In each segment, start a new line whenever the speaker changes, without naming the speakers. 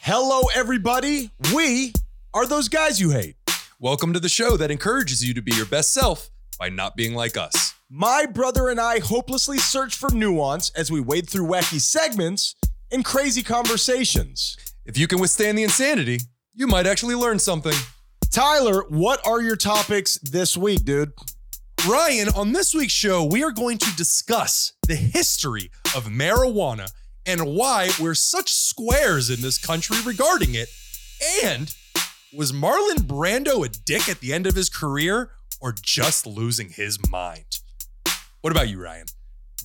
Hello, everybody. We are those guys you hate.
Welcome to the show that encourages you to be your best self by not being like us.
My brother and I hopelessly search for nuance as we wade through wacky segments and crazy conversations.
If you can withstand the insanity, you might actually learn something.
Tyler, what are your topics this week, dude?
Ryan, on this week's show, we are going to discuss the history of marijuana and why we're such squares in this country regarding it. And was Marlon Brando a dick at the end of his career or just losing his mind? What about you, Ryan?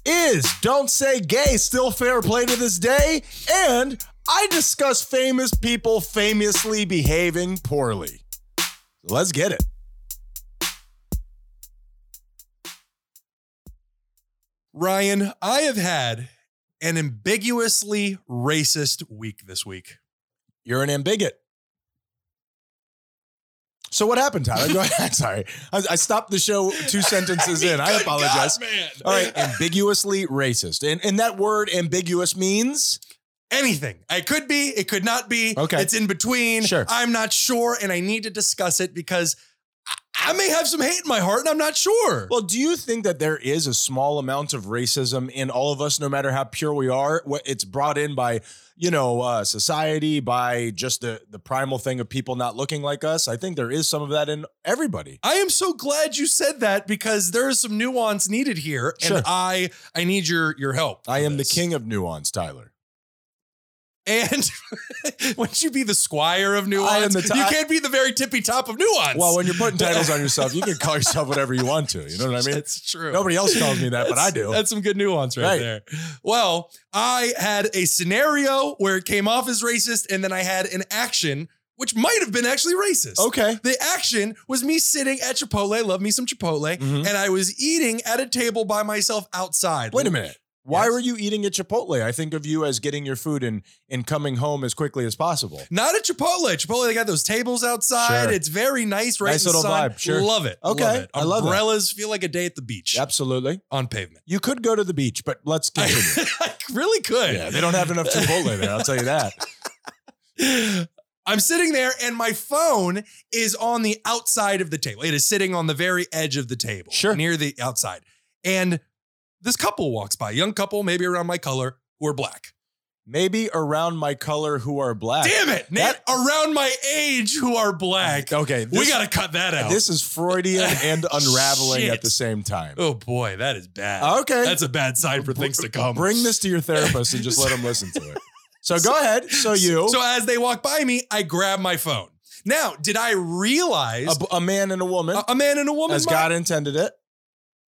Is Don't Say Gay still fair play to this day? And I discuss famous people famously behaving poorly. Let's get it.
Ryan, I have had an ambiguously racist week this week.
You're an ambigot. So what happened, Tyler? Go ahead. I'm sorry. I, I stopped the show two sentences in. I
Good
apologize.
God, man.
All right, ambiguously racist. And and that word ambiguous means
Anything. It could be, it could not be.
Okay.
It's in between.
Sure.
I'm not sure, and I need to discuss it because I, I may have some hate in my heart and I'm not sure.
Well, do you think that there is a small amount of racism in all of us, no matter how pure we are? What- It's brought in by, you know, uh, society, by just the the primal thing of people not looking like us. I think there is some of that in everybody.
I am so glad you said that because there is some nuance needed here,
Sure.
and I I need your your help.
I
for
am the
this.
king of nuance, Tyler.
And wouldn't you be the squire of nuance?
I am the ti-
you can't be the very tippy top of nuance.
Well, when you're putting titles on yourself, you can call yourself whatever you want to. You know what I mean?
That's true.
Nobody else calls me that, but
That's-
I do.
That's some good nuance right,
Right.
there. Well, I had a scenario where it came off as racist, and then I had an action which might have been actually racist.
Okay.
The action was me sitting at Chipotle, love me some Chipotle,
Mhm.
and I was eating at a table by myself outside.
Wait a minute. Why
Yes.
were you eating at Chipotle? I think of you as getting your food and and coming home as quickly as possible.
Not at Chipotle. Chipotle, they got those tables outside.
Sure.
It's very nice, right?
Nice
in the
little
sun.
vibe, sure.
Love it.
Okay,
Love it.
I love that.
Umbrellas feel like a day at the beach
Absolutely.
on pavement.
You could go to the beach, but let's
I,
continue.
really could.
Yeah, they don't have enough Chipotle there. I'll tell you that.
I'm sitting there and my phone is on the outside of the table. It is sitting on the very edge of the table,
Sure.
near the outside. And this couple walks by, a young couple, maybe around my color, who are black.
Maybe around my color who are black.
Damn it, Nat,
That-
around my age who are black.
Okay, this,
we got to cut that out.
this is Freudian and unraveling
Shit.
at the same time.
oh boy, that is bad.
Okay.
That's a bad sign for
Br-
things to come.
Bring this to your therapist and just let him listen to it. So go ahead. So you
So as they walk by me, I grab my phone. Now, did I realize
a, b- a man and a woman
a, a man and a woman
as
might-
God intended it.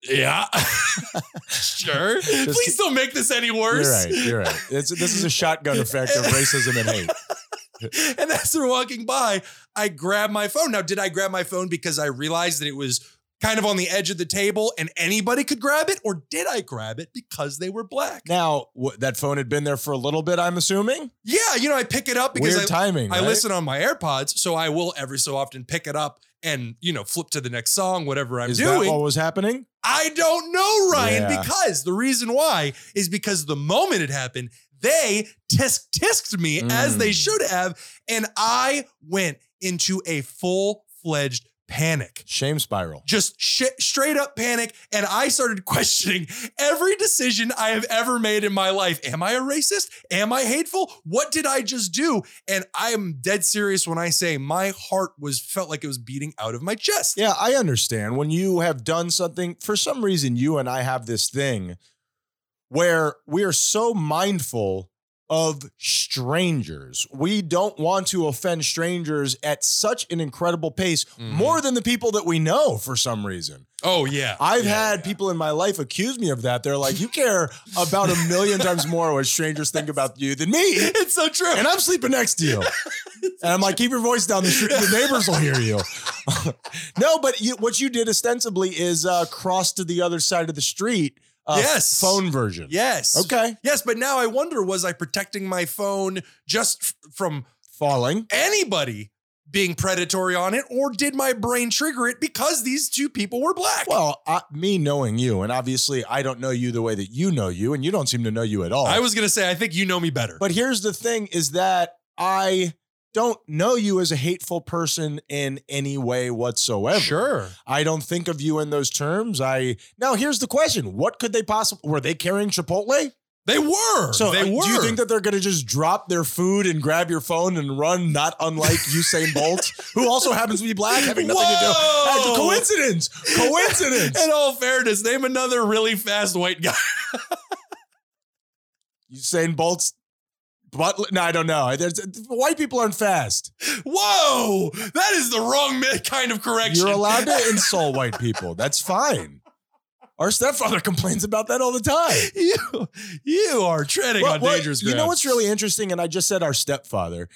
Yeah. sure. Please don't make this any
You're
worse.
right. You're right. It's, this is a shotgun effect of racism and hate.
And as they're walking by, I grab my phone. Now, did I grab my phone because I realized that it was kind of on the edge of the table and anybody could grab it? Or did I grab it because they were black?
Now wh- that phone had been there for a little bit. I'm assuming
Yeah, you know, I pick it up because
weird
I,
timing.
I
right?
listen on my AirPods. So I will every so often pick it up and, you know, flip to the next song, whatever I'm
Is
doing.
that what was happening?
I don't know, Ryan,
Yeah.
because the reason why is because the moment it happened, they tisk tisked me as
Mm.
they should have, and I went into a full fledged panic.
Shame spiral.
Just sh- straight up panic. And I started questioning every decision I have ever made in my life. Am I a racist? Am I hateful? What did I just do? And I am dead serious when I say my heart was felt like it was beating out of my chest.
Yeah, I understand. When you have done something, for some reason, you and I have this thing where we are so mindful of strangers. We don't want to offend strangers at such an incredible pace,
Mhm.
more than the people that we know for some reason.
Oh, yeah.
I've
Yeah,
had
yeah.
people in my life accuse me of that. They're like, you care about a million times more what strangers think about you than me.
It's so true.
And I'm sleeping next to you. And I'm like, keep your voice down. The, street, the neighbors will hear you. no, but you, what you did ostensibly is uh, cross to the other side of the street. Uh,
Yes.
Phone version.
yes.
Okay.
Yes, but now I wonder was I protecting my phone just f- from
Falling.
anybody being predatory on it, or did my brain trigger it because these two people were black?
Well, I, me knowing you, and obviously I don't know you the way that you know you, and you don't seem to know you at all.
I was going to say, I think you know me better.
but here's the thing is that I don't know you as a hateful person in any way whatsoever.
Sure.
I don't think of you in those terms. I now here's the question: What could they possibly were they carrying Chipotle?
They were.
So
they
uh,
were.
do you think that they're going to just drop their food and grab your phone and run? Not unlike Usain Bolt, who also happens to be black, having nothing to do. That's a
Whoa!
coincidence. Coincidence.
In all fairness, name another really fast white guy.
Usain Bolt's. But no, I don't know. There's, uh, white people aren't fast.
Whoa, that is the wrong mi- kind of correction.
You're allowed to insult white people. That's fine. Our stepfather complains about that all the time.
you, you are treading
Well,
on
well,
dangerous
You
ground.
know what's really interesting? And I just said our stepfather.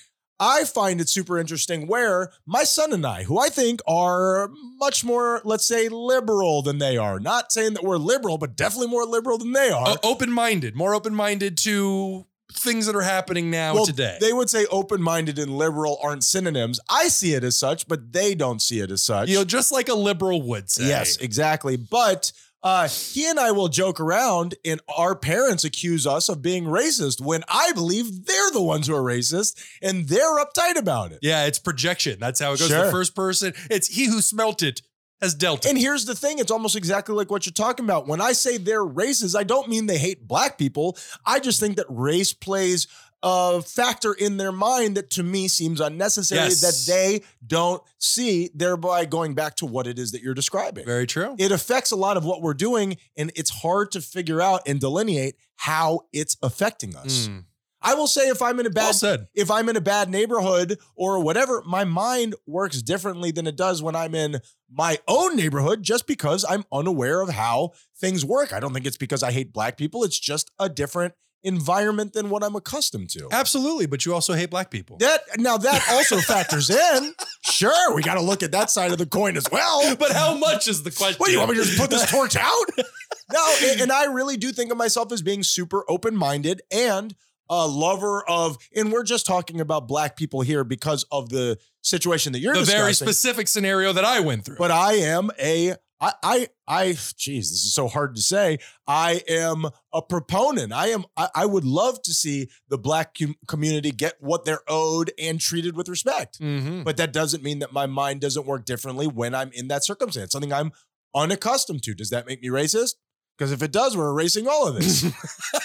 I find it super interesting where my son and I, who I think are much more, let's say, liberal than they are, not saying that we're liberal, but definitely more liberal than they are.
Uh, open-minded, more open-minded to things that are happening now
Well,
today.
They would say open minded and liberal aren't synonyms. I see it as such, but they don't see it as such.
you know, just like a liberal would say.
Yes, exactly. But uh, he and I will joke around, and our parents accuse us of being racist when I believe they're the ones who are racist and they're uptight about it.
Yeah, it's projection. That's how it goes.
Sure.
The first person, it's he who smelt it has dealt it.
And here's the thing it's almost exactly like what you're talking about. When I say they're racist, I don't mean they hate black people. I just think that race plays a factor in their mind that to me seems unnecessary
Yes.
that they don't see, thereby going back to what it is that you're describing.
Very true.
it affects a lot of what we're doing and it's hard to figure out and delineate how it's affecting us
Mm.
i will say if i'm in a
Well
bad
said.
if i'm in a bad neighborhood or whatever my mind works differently than it does when i'm in my own neighborhood just because i'm unaware of how things work i don't think it's because i hate black people it's just a different environment than what i'm accustomed to
Absolutely, but you also hate black people.
that now that also factors in sure we got to look at that side of the coin as well
But how much is the question?
what do you want me to just put this torch out? no, and, and I really do think of myself as being super open minded and a lover of, and we're just talking about black people here because of the situation that you're
the
discussing.
very specific scenario that I went through.
but I am a, I, I, I, geez, this is so hard to say. I am a proponent. I am, I, I would love to see the black com- community get what they're owed and treated with respect
Mhm.
but that doesn't mean that my mind doesn't work differently when I'm in that circumstance, something I'm unaccustomed to. Does that make me racist? Because if it does, we're erasing all of this.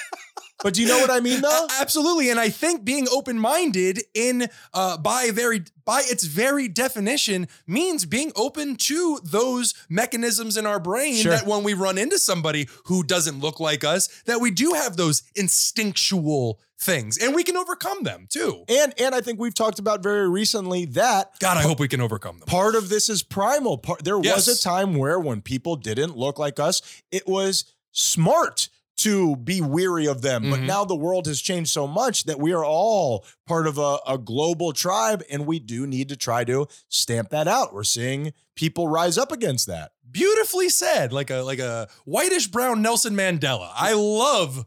but do you know what I mean, though?
A- absolutely, and I think being open-minded in uh, by very by its very definition means being open to those mechanisms in our brain
Sure.
that when we run into somebody who doesn't look like us, that we do have those instinctual things, and we can overcome them too.
And and I think we've talked about very recently that
God, I hope we can overcome them.
part of this is primal. Part there
Yes.
was a time where when people didn't look like us, it was smart to be weary of them. But
Mhm.
now the world has changed so much that we are all part of a, a global tribe, and we do need to try to stamp that out. We're seeing people rise up against that.
Beautifully said, like a like a whitish brown Nelson Mandela. I love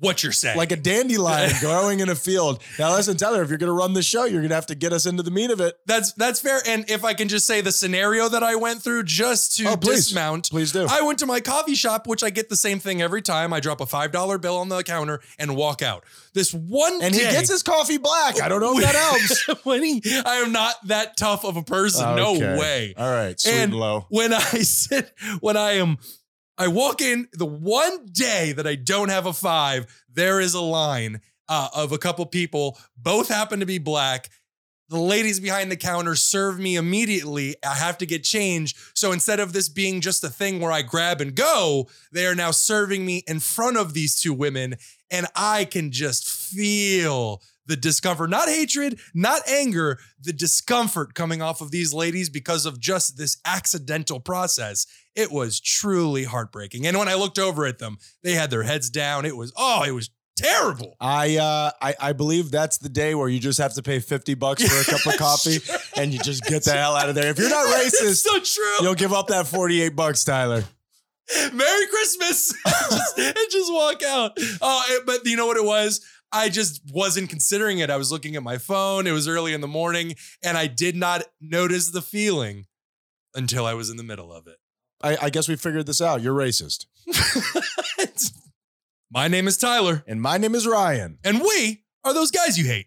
what you're saying.
Like a dandelion growing in a field. Now listen, Tyler, if you're gonna run the show, you're gonna have to get us into the meat of it.
That's that's fair. And if I can just say the scenario that I went through just to
Oh, please.
dismount.
Please do.
I went to my coffee shop, which I get the same thing every time. I drop a five dollar bill on the counter and walk out. This one
and he
day-
gets his coffee black. I don't know if that helps.
when he, I am not that tough of a person.
Okay.
No way.
All right, sweet
And-
and low.
When I sit, when I am, I walk in the one day that I don't have a five. There is a line uh, of a couple people. Both happen to be black. The ladies behind the counter serve me immediately. I have to get changed. So instead of this being just a thing where I grab and go, they are now serving me in front of these two women. And I can just feel the discomfort, not hatred, not anger, the discomfort coming off of these ladies because of just this accidental process. It was truly heartbreaking. And when I looked over at them, they had their heads down. It was, oh, it was terrible.
I, uh, I I believe that's the day where you just have to pay fifty bucks for a cup of coffee and you just get the hell out of there. If you're not
It's
racist,
so true.
you'll give up that forty eight bucks, Tyler.
Merry Christmas. just, and just walk out. Oh, it- but you know what it was? I just wasn't considering it. I was looking at my phone. It was early in the morning, and I did not notice the feeling until I was in the middle of it.
I, I guess we figured this out. You're racist,
my name is Tyler,
and my name is Ryan.
and we are those guys you hate.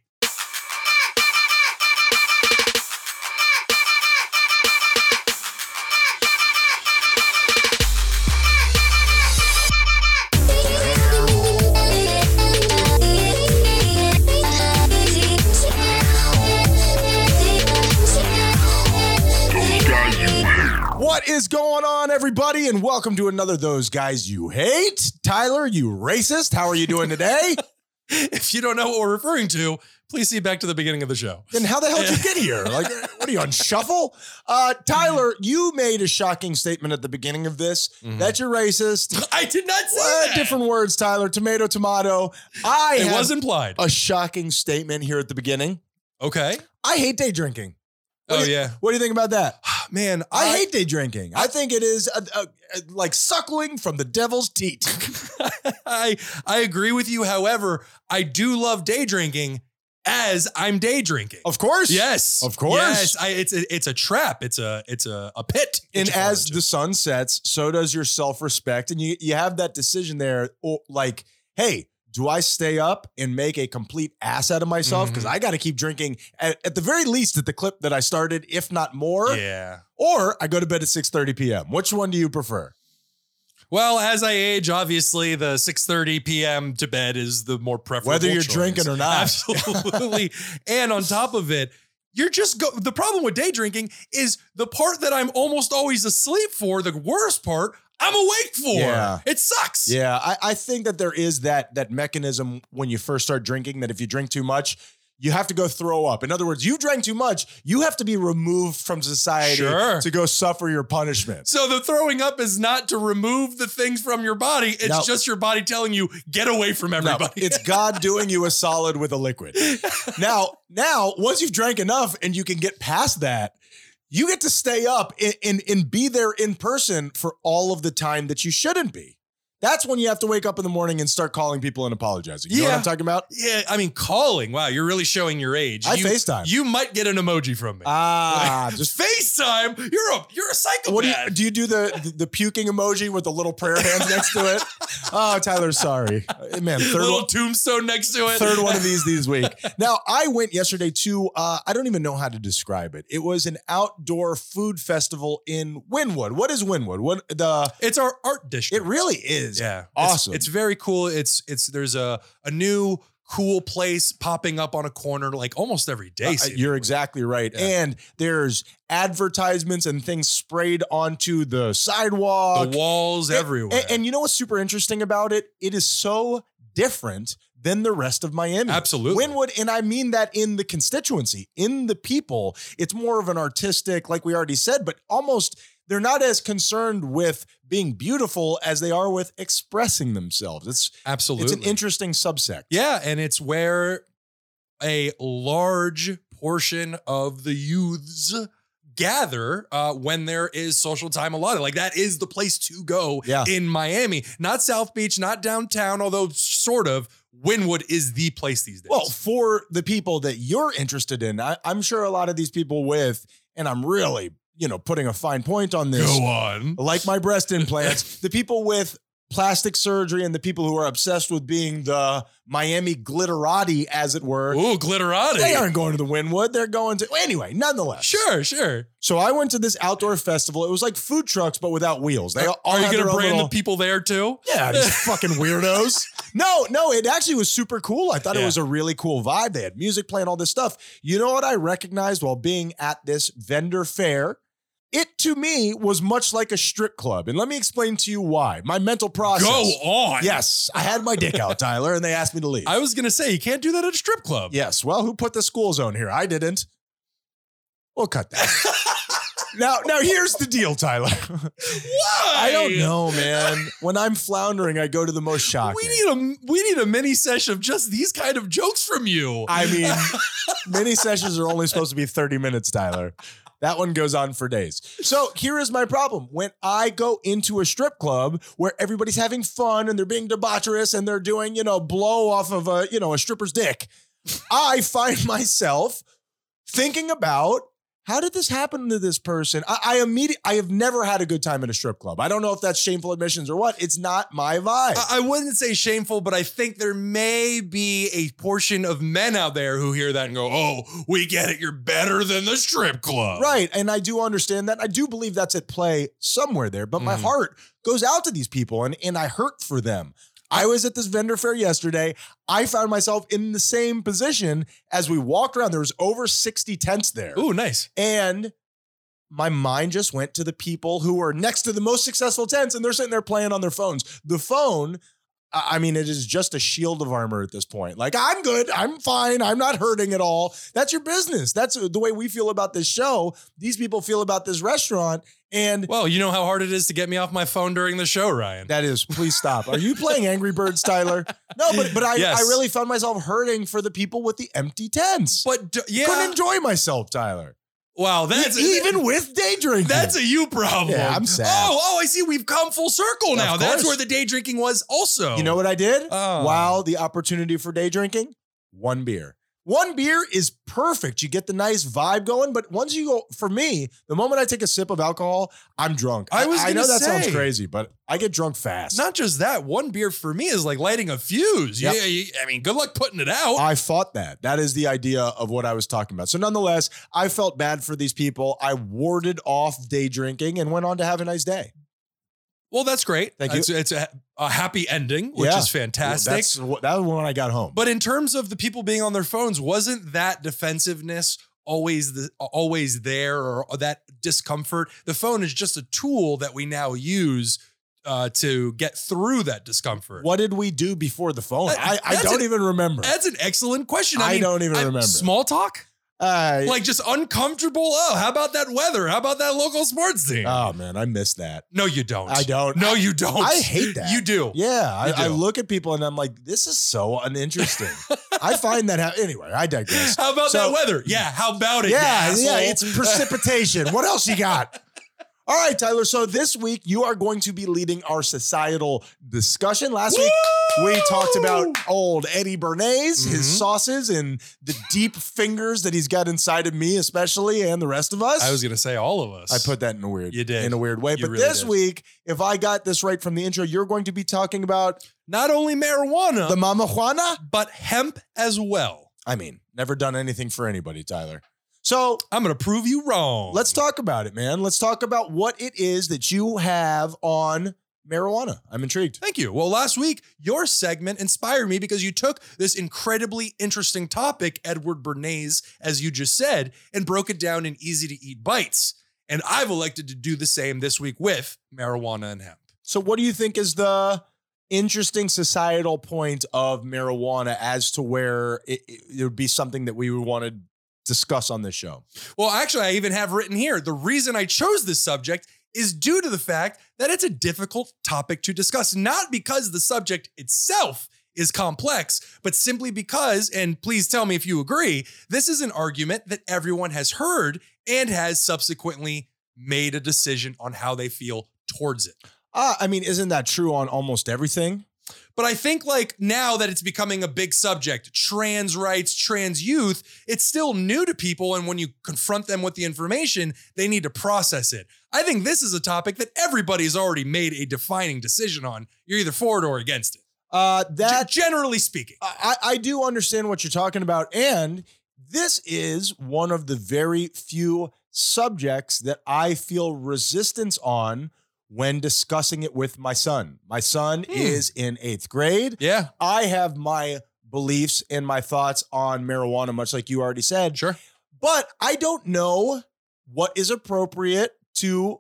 is going on, everybody? And welcome to another Those Guys You Hate. Tyler, you racist. How are you doing today?
If you don't know what we're referring to, please see back to the beginning of the show.
then how the hell did you get here? Like, what are you on shuffle? Uh, Tyler, you made a shocking statement at the beginning of this
Hmm.
that you're racist.
I did not say
Uh,
that.
Mm-hmm. different words, Tyler. Tomato, tomato. I
It
have
was implied.
a shocking statement here at the beginning.
okay.
I hate day drinking. What
Oh
do you-
yeah,
What do you think about that?
man.
I, hate day drinking. I think it is uh uh uh, like suckling from the devil's teat.
I I agree with you. However, I do love day drinking as I'm day drinking.
Of course.
Yes,
Of course.
Yes, I, it's a, it's a trap. It's a it's a, a pit. that
And
you fall
as
into.
the sun sets, so does your self respect. And you, you have that decision there or like, hey, do I stay up and make a complete ass out of myself? Because
Mhm.
I got to keep drinking at, at the very least at the clip that I started, if not more.
yeah.
Or I go to bed at six thirty p.m. Which one do you prefer?
Well, as I age, obviously the 6:30 p.m. to bed is the more preferable.
Whether you're
choice.
drinking or not.
Absolutely. and on top of it, you're just go the problem with day drinking is the part that I'm almost always asleep for, the worst part, I'm awake for.
Yeah.
It sucks.
Yeah, I, I think that there is that that mechanism when you first start drinking that if you drink too much, you have to go throw up. In other words, you drank too much, you have to be removed from society
Sure.
to go suffer your punishment.
So the throwing up is not to remove the things from your body. It's
No.
just your body telling you, get away from
No,
everybody.
it's God doing you a solid with a liquid. Now, now, once you've drank enough and you can get past that, you get to stay up and, and, and be there in person for all of the time that you shouldn't be. That's when you have to wake up in the morning and start calling people and apologizing. You know what
Yeah.
I'm talking about?
yeah, I mean, calling. Wow, you're really showing your age.
I
you,
FaceTime.
you might get an emoji from me.
ah, just
FaceTime. You're a you're a psychopath.
What do you do? You do the, the puking emoji with the little prayer hands next to it. Oh, Tyler, sorry, man. Third
Little
one,
tombstone next to it.
third one of these these week. Now I went yesterday to uh, I don't even know how to describe it. It was an outdoor food festival in Wynwood. What is Wynwood? What the?
It's our art district.
It really is. Uh,
yeah, It's-
awesome.
It's, very cool. It's it's there's a a new cool place popping up on a corner like almost every day.
Uh,
seemingly.
you're exactly right.
Yeah.
And there's advertisements and things sprayed onto the sidewalk.
the walls everywhere.
And, and you know what's super interesting about it? It is so different than the rest of Miami.
Absolutely.
Wynwood, and I mean that in the constituency, in the people. It's more of an artistic, like we already said, but almost they're not as concerned with being beautiful as they are with expressing themselves. It's
Absolutely.
it's an interesting subsect.
yeah, and it's where a large portion of the youths gather uh, when there is social time allotted. Like that is the place to go
Yeah.
in Miami, not South Beach, not downtown, although sort of. Winwood is the place these days.
Well, for the people that you're interested in, I, I'm sure a lot of these people with, and I'm really, you know, putting a fine point on this.
Go on.
like my breast implants, the people with plastic surgery and the people who are obsessed with being the Miami glitterati, as it were,
Ooh, glitterati.
they aren't going to the Wynwood. They're going to anyway. Nonetheless,
Sure, sure.
So I went to this outdoor festival. It was like food trucks, but without wheels. They all
Are you
had
going
their
to
own
brand
little-
the people there too?
yeah, these fucking weirdos. No, no, it actually was super cool. I thought it
Yeah.
was a really cool vibe. They had music playing, all this stuff. You know what I recognized while being at this vendor fair? It to me was much like a strip club. And let me explain to you why. My mental process.
Go on.
Yes, I had my dick out, Tyler, and they asked me to leave.
I was going to say, you can't do that at a strip club.
yes, well, who put the school zone here? I didn't. We'll cut that. now, now here's the deal, Tyler.
Why?
I don't know, man. When I'm floundering, I go to the most shocking.
We need a we need a mini session of just these kind of jokes from you.
I mean, mini sessions are only supposed to be 30 minutes, Tyler. That one goes on for days. So here is my problem. When I go into a strip club where everybody's having fun and they're being debaucherous and they're doing, you know, blow off of a, you know, a stripper's dick, I find myself thinking about how did this happen to this person? I, I immediately I have never had a good time at a strip club. I don't know if that's shameful admissions or what. It's not my vibe.
I I wouldn't say shameful, but I think there may be a portion of men out there who hear that and go, "Oh, we get it. You're better than the strip club."
Right. And I do understand that. I do believe that's at play somewhere there, but my
Mhm.
heart goes out to these people and, and I hurt for them. I was at this vendor fair yesterday. I found myself in the same position as we walked around. There was over 60 tents there.
Ooh, nice.
And my mind just went to the people who are next to the most successful tents and they're sitting there playing on their phones. The phone, I I mean, it is just a shield of armor at this point. Like, I'm good. I'm fine. I'm not hurting at all. That's your business. That's uh, the way we feel about this show. These people feel about this restaurant. And
Well, you know how hard it is to get me off my phone during the show, Ryan.
that is, please stop. Are you playing Angry Birds, Tyler? No, but but I,
Yes.
I really found myself hurting for the people with the empty tents.
but d- yeah,
Couldn't enjoy myself, Tyler.
wow, that's
E- even with day drinking.
That's a you problem.
Yeah, I'm sad.
Oh, oh, I see. We've come full circle
Of
now. That's
course.
where the day drinking was. Also,
You know what I did?
Oh.
Wow, the opportunity for day drinking? One beer. One beer is perfect. You get the nice vibe going, but once you go, for me, the moment I take a sip of alcohol, I'm drunk.
I was
I know
gonna
that sounds
say.
crazy, but I get drunk fast.
Not just that. One beer for me is like lighting a fuse.
Yep. Uh,
Yeah, you, I mean, good luck putting it out.
I fought that. That is the idea of what I was talking about. So, nonetheless, I felt bad for these people. I warded off day drinking and went on to have a nice day.
well, that's great.
Thank you.
It's, it's a, a happy ending, which
Yeah.
is fantastic.
That's what, that was when I got home.
But in terms of the people being on their phones, wasn't that defensiveness always the, always there or that discomfort? The phone is just a tool that we now use uh, to get through that discomfort.
what did we do before the phone?
That-
I, I
that's
don't
a-
even remember.
That's an excellent question. I,
I
mean,
don't even
I'm-
remember.
Small talk?
I-
Like just uncomfortable. Oh, how about that weather? How about that local sports team?
oh, man, I missed that.
no, you don't.
I don't.
No, you don't.
I hate that.
You do.
Yeah,
You
I, I
do.
look at people and I'm like, this is so uninteresting. I find that ha- anyway. I digress.
How about
So-
that weather? Yeah, how about it?
Yeah,
you
yeah,
asshole?
it's precipitation. what else you got? All right, Tyler. So this week you are going to be leading our societal discussion. Last week we talked about old Eddie Bernays, his
Mhm.
sauces, and the deep fingers that he's got inside of me, especially, and the rest of us.
I was gonna say all of us.
I put that in a weird,
You did.
in a weird way.
You
but
really
this
did.
week, if I got this right from the intro, you're going to be talking about
not only marijuana,
the Mama Juana.
but hemp as well.
I mean, never done anything for anybody, Tyler. So
I'm gonna prove you wrong.
let's talk about it, man. Let's talk about what it is that you have on marijuana. I'm intrigued.
Thank you. Well, last week, your segment inspired me because you took this incredibly interesting topic, Edward Bernays, as you just said, and broke it down in easy to eat bites. And I've elected to do the same this week with marijuana and hemp.
So, what do you think is the interesting societal point of marijuana as to where it, it, it would be something that we would want to discuss on this show?
Well, actually, I even have written here the reason I chose this subject is due to the fact that it's a difficult topic to discuss, not because the subject itself is complex, but simply because, and please tell me if you agree, this is an argument that everyone has heard and has subsequently made a decision on how they feel towards it.
Uh, I mean, isn't that true on almost everything?
But I think like now that it's becoming a big subject, trans rights, trans youth, it's still new to people. And when you confront them with the information, they need to process it. I think this is a topic that everybody's already made a defining decision on. You're either for it or against it.
Uh,
G-
that
generally speaking.
I, I I do understand what you're talking about. And this is one of the very few subjects that I feel resistance on when discussing it with my son. My son
Hmm.
is in eighth grade.
Yeah,
I have my beliefs and my thoughts on marijuana, much like you already said,
sure.
but I don't know what is appropriate to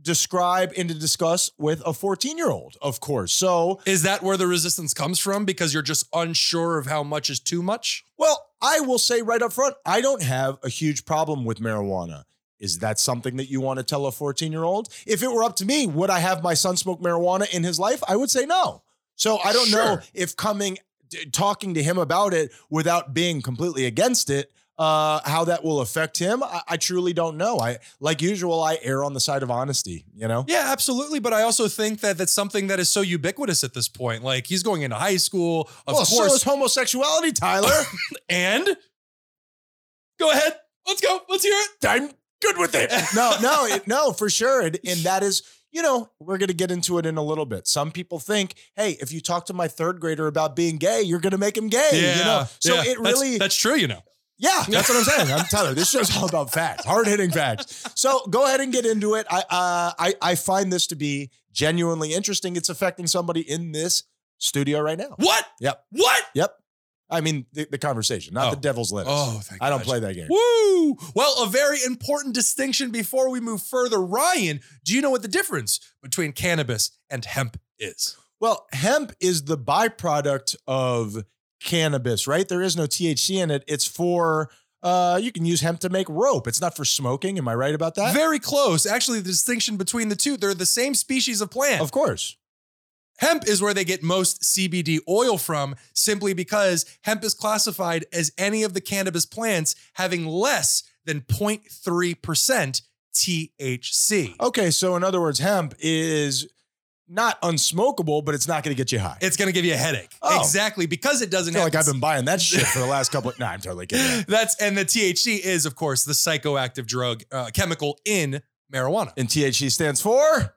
describe and to discuss with a 14 year old, of course. So,
Is that where the resistance comes from? Because you're just unsure of how much is too much?
Well, I will say right up front, I don't have a huge problem with marijuana. Is that something that you want to tell a 14 year old? If it were up to me, would I have my son smoke marijuana in his life? I would say no. So I don't know
Sure.
if coming, d- talking to him about it without being completely against it, uh, how that will affect him. I, I truly don't know. I, like usual, I err on the side of honesty, you know?
Yeah, absolutely. But I also think that that's something that is so ubiquitous at this point. Like he's going into high school. Of
well,
course,
so is homosexuality, Tyler.
And go ahead. Let's go. Let's hear it.
I'm good with it. No, no, it, no, for sure. And, and that is, you know, we're going to get into it in a little bit. Some people think, hey, if you talk to my third grader about being gay, you're going to make him gay. You know, so
yeah.
it
That's-
really,
that's, true, you know.
yeah, that's what I'm saying. I'm Tyler. This show's all about facts, hard hitting facts. So go ahead and get into it. I, uh, I, I find this to be genuinely interesting. It's affecting somebody in this studio right now.
What?
Yep.
What?
Yep. I mean, the, the conversation, not
Oh.
the devil's lettuce.
Oh, thank
I don't
gosh.
play that game.
Woo! Well, a very important distinction before we move further. Ryan, do you know what the difference between cannabis and hemp is?
Well, hemp is the byproduct of cannabis, right? There is no THC in it. It's for uh, you can use hemp to make rope. It's not for smoking. Am I right about that?
Very close. Actually, the distinction between the two, they're the same species of plant.
of course.
Hemp is where they get most CBD oil from simply because hemp is classified as any of the cannabis plants having less than 0.3% THC.
Okay, so in other words, hemp is not unsmokable, but it's not going to get you high.
It's going to give you a headache.
Oh.
Exactly. Because it
I
doesn't
feel
have
like I've been buying that shit for the last couple. Of, nah, I'm totally kidding.
That's and the THC is of course the psychoactive drug uh, chemical in marijuana.
And THC stands for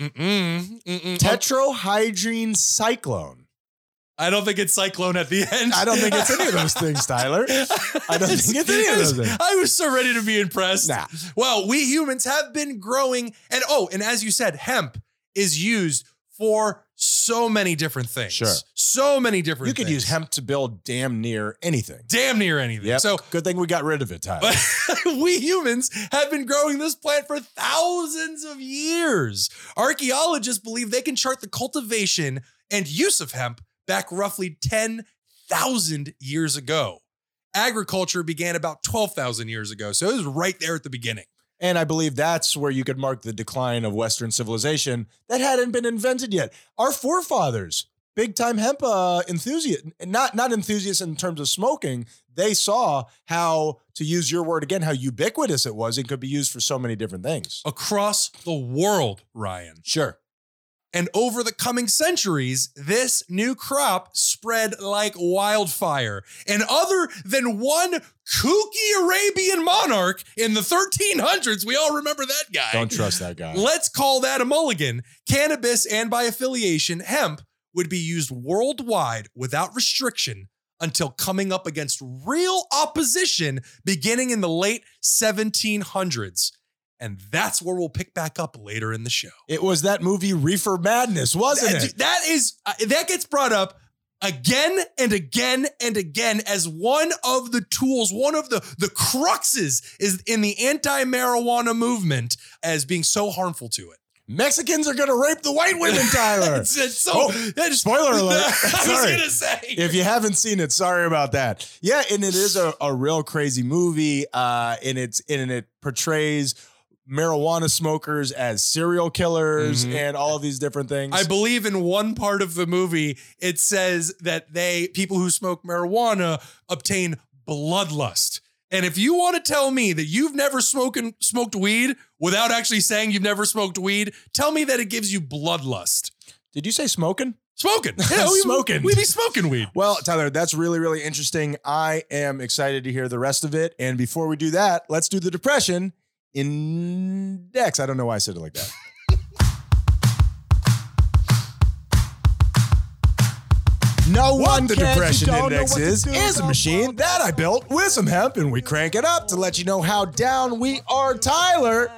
Mm-mm, mm-mm.
tetrahydrine cyclone.
Oh, I don't think it's cyclone at the end.
I don't think it's any of those things, Tyler. I don't think it's any of those things.
I was so ready to be impressed.
Nah.
Well, we humans have been growing, and oh, and as you said, hemp is used for so many different things.
Sure.
So many different.
You could
things.
use hemp to build damn near anything.
Damn near anything.
Yep.
So
good thing we got rid of it, Tyler.
But we humans have been growing this plant for thousands of years. Archaeologists believe they can chart the cultivation and use of hemp back roughly 10,000 years ago. Agriculture began about 12,000 years ago, so it was right there at the beginning.
And I believe that's where you could mark the decline of Western civilization that hadn't been invented yet. Our forefathers, big time hemp uh, enthusiasts, not, not enthusiasts in terms of smoking, they saw how, to use your word again, how ubiquitous it was and could be used for so many different things.
Oh, Across the world, Ryan.
Sure.
And over the coming centuries, this new crop spread like wildfire. And other than one kooky Arabian monarch in the 1300s, we all remember that guy.
Don't trust that guy.
Let's call that a mulligan. Cannabis and by affiliation, hemp would be used worldwide without restriction until coming up against real opposition beginning in the late 1700s. And that's where we'll pick back up later in the show.
It was that movie Reefer Madness, wasn't
That-
it?
That is uh, that gets brought up again and again and again as one of the tools, one of the the cruxes is in the anti-marijuana movement as being so harmful to it.
Mexicans are going to rape the white women, Tyler.
It's, it's so
Oh,
that is-
spoiler alert.
I was
Sorry.
gonna say.
if you haven't seen it, sorry about that. Yeah, and it is a, a real crazy movie. Uh, and it's and it portrays marijuana smokers as serial killers
Mhm.
and all of these different things.
I believe in one part of the movie it says that they people who smoke marijuana obtain bloodlust. And if you want to tell me that you've never smoking smoked weed without actually saying you've never smoked weed, tell me that it gives you bloodlust.
Did you say smoking?
Smoking. Yeah,
Smoking.
We, we be smoking weed.
Well, Tyler, that's really really interesting. I am excited to hear the rest of it. And before we do that, let's do the depression index. I don't know why I said it like that. No one the
can't you
depression
don't know
index
what to
is
do
is a
about
machine that I built with some hemp, and we crank it up to let you know how down we are. Tyler,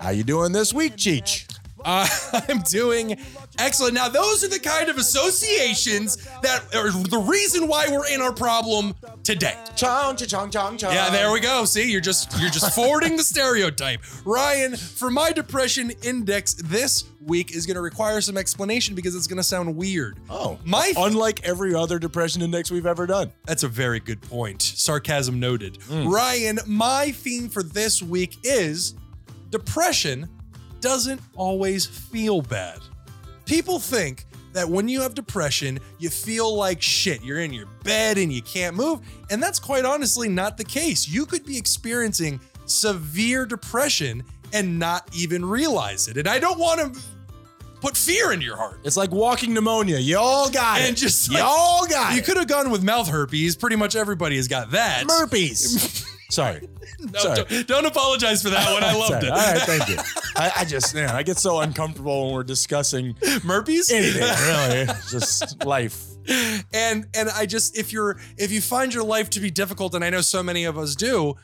how you doing this week, Cheech?
Uh, I'm doing excellent. Now, those are the kind of associations that are the reason why we're in our problem today.
Chong, chong, chong, chong.
Yeah, there we go. See, you're just you're just forwarding the stereotype. Ryan, for my depression index this week is going to require some explanation because it's going to sound weird.
Oh,
My
unlike every other depression index we've ever done.
That's a very good point. Sarcasm noted.
Mm.
Ryan, my theme for this week is depression doesn't always feel bad. People think that when you have depression, you feel like shit. You're in your bed and you can't move. And that's quite honestly not the case. You could be experiencing severe depression and not even realize it. And I don't want to put fear into your heart.
It's like walking pneumonia. You all got
And
it.
just
you
like-
all got
You
it.
could have gone with mouth herpes. Pretty much everybody has got that.
Murpies. Sorry.
No,
Sorry.
Don't, don't apologize for that one. I loved
Sorry.
it.
All right, thank you. I, I just, man, I get so uncomfortable when we're discussing
Murphy's
anything, really. It's just life.
and and I just if you're if you find your life to be difficult, and I know so many of us do,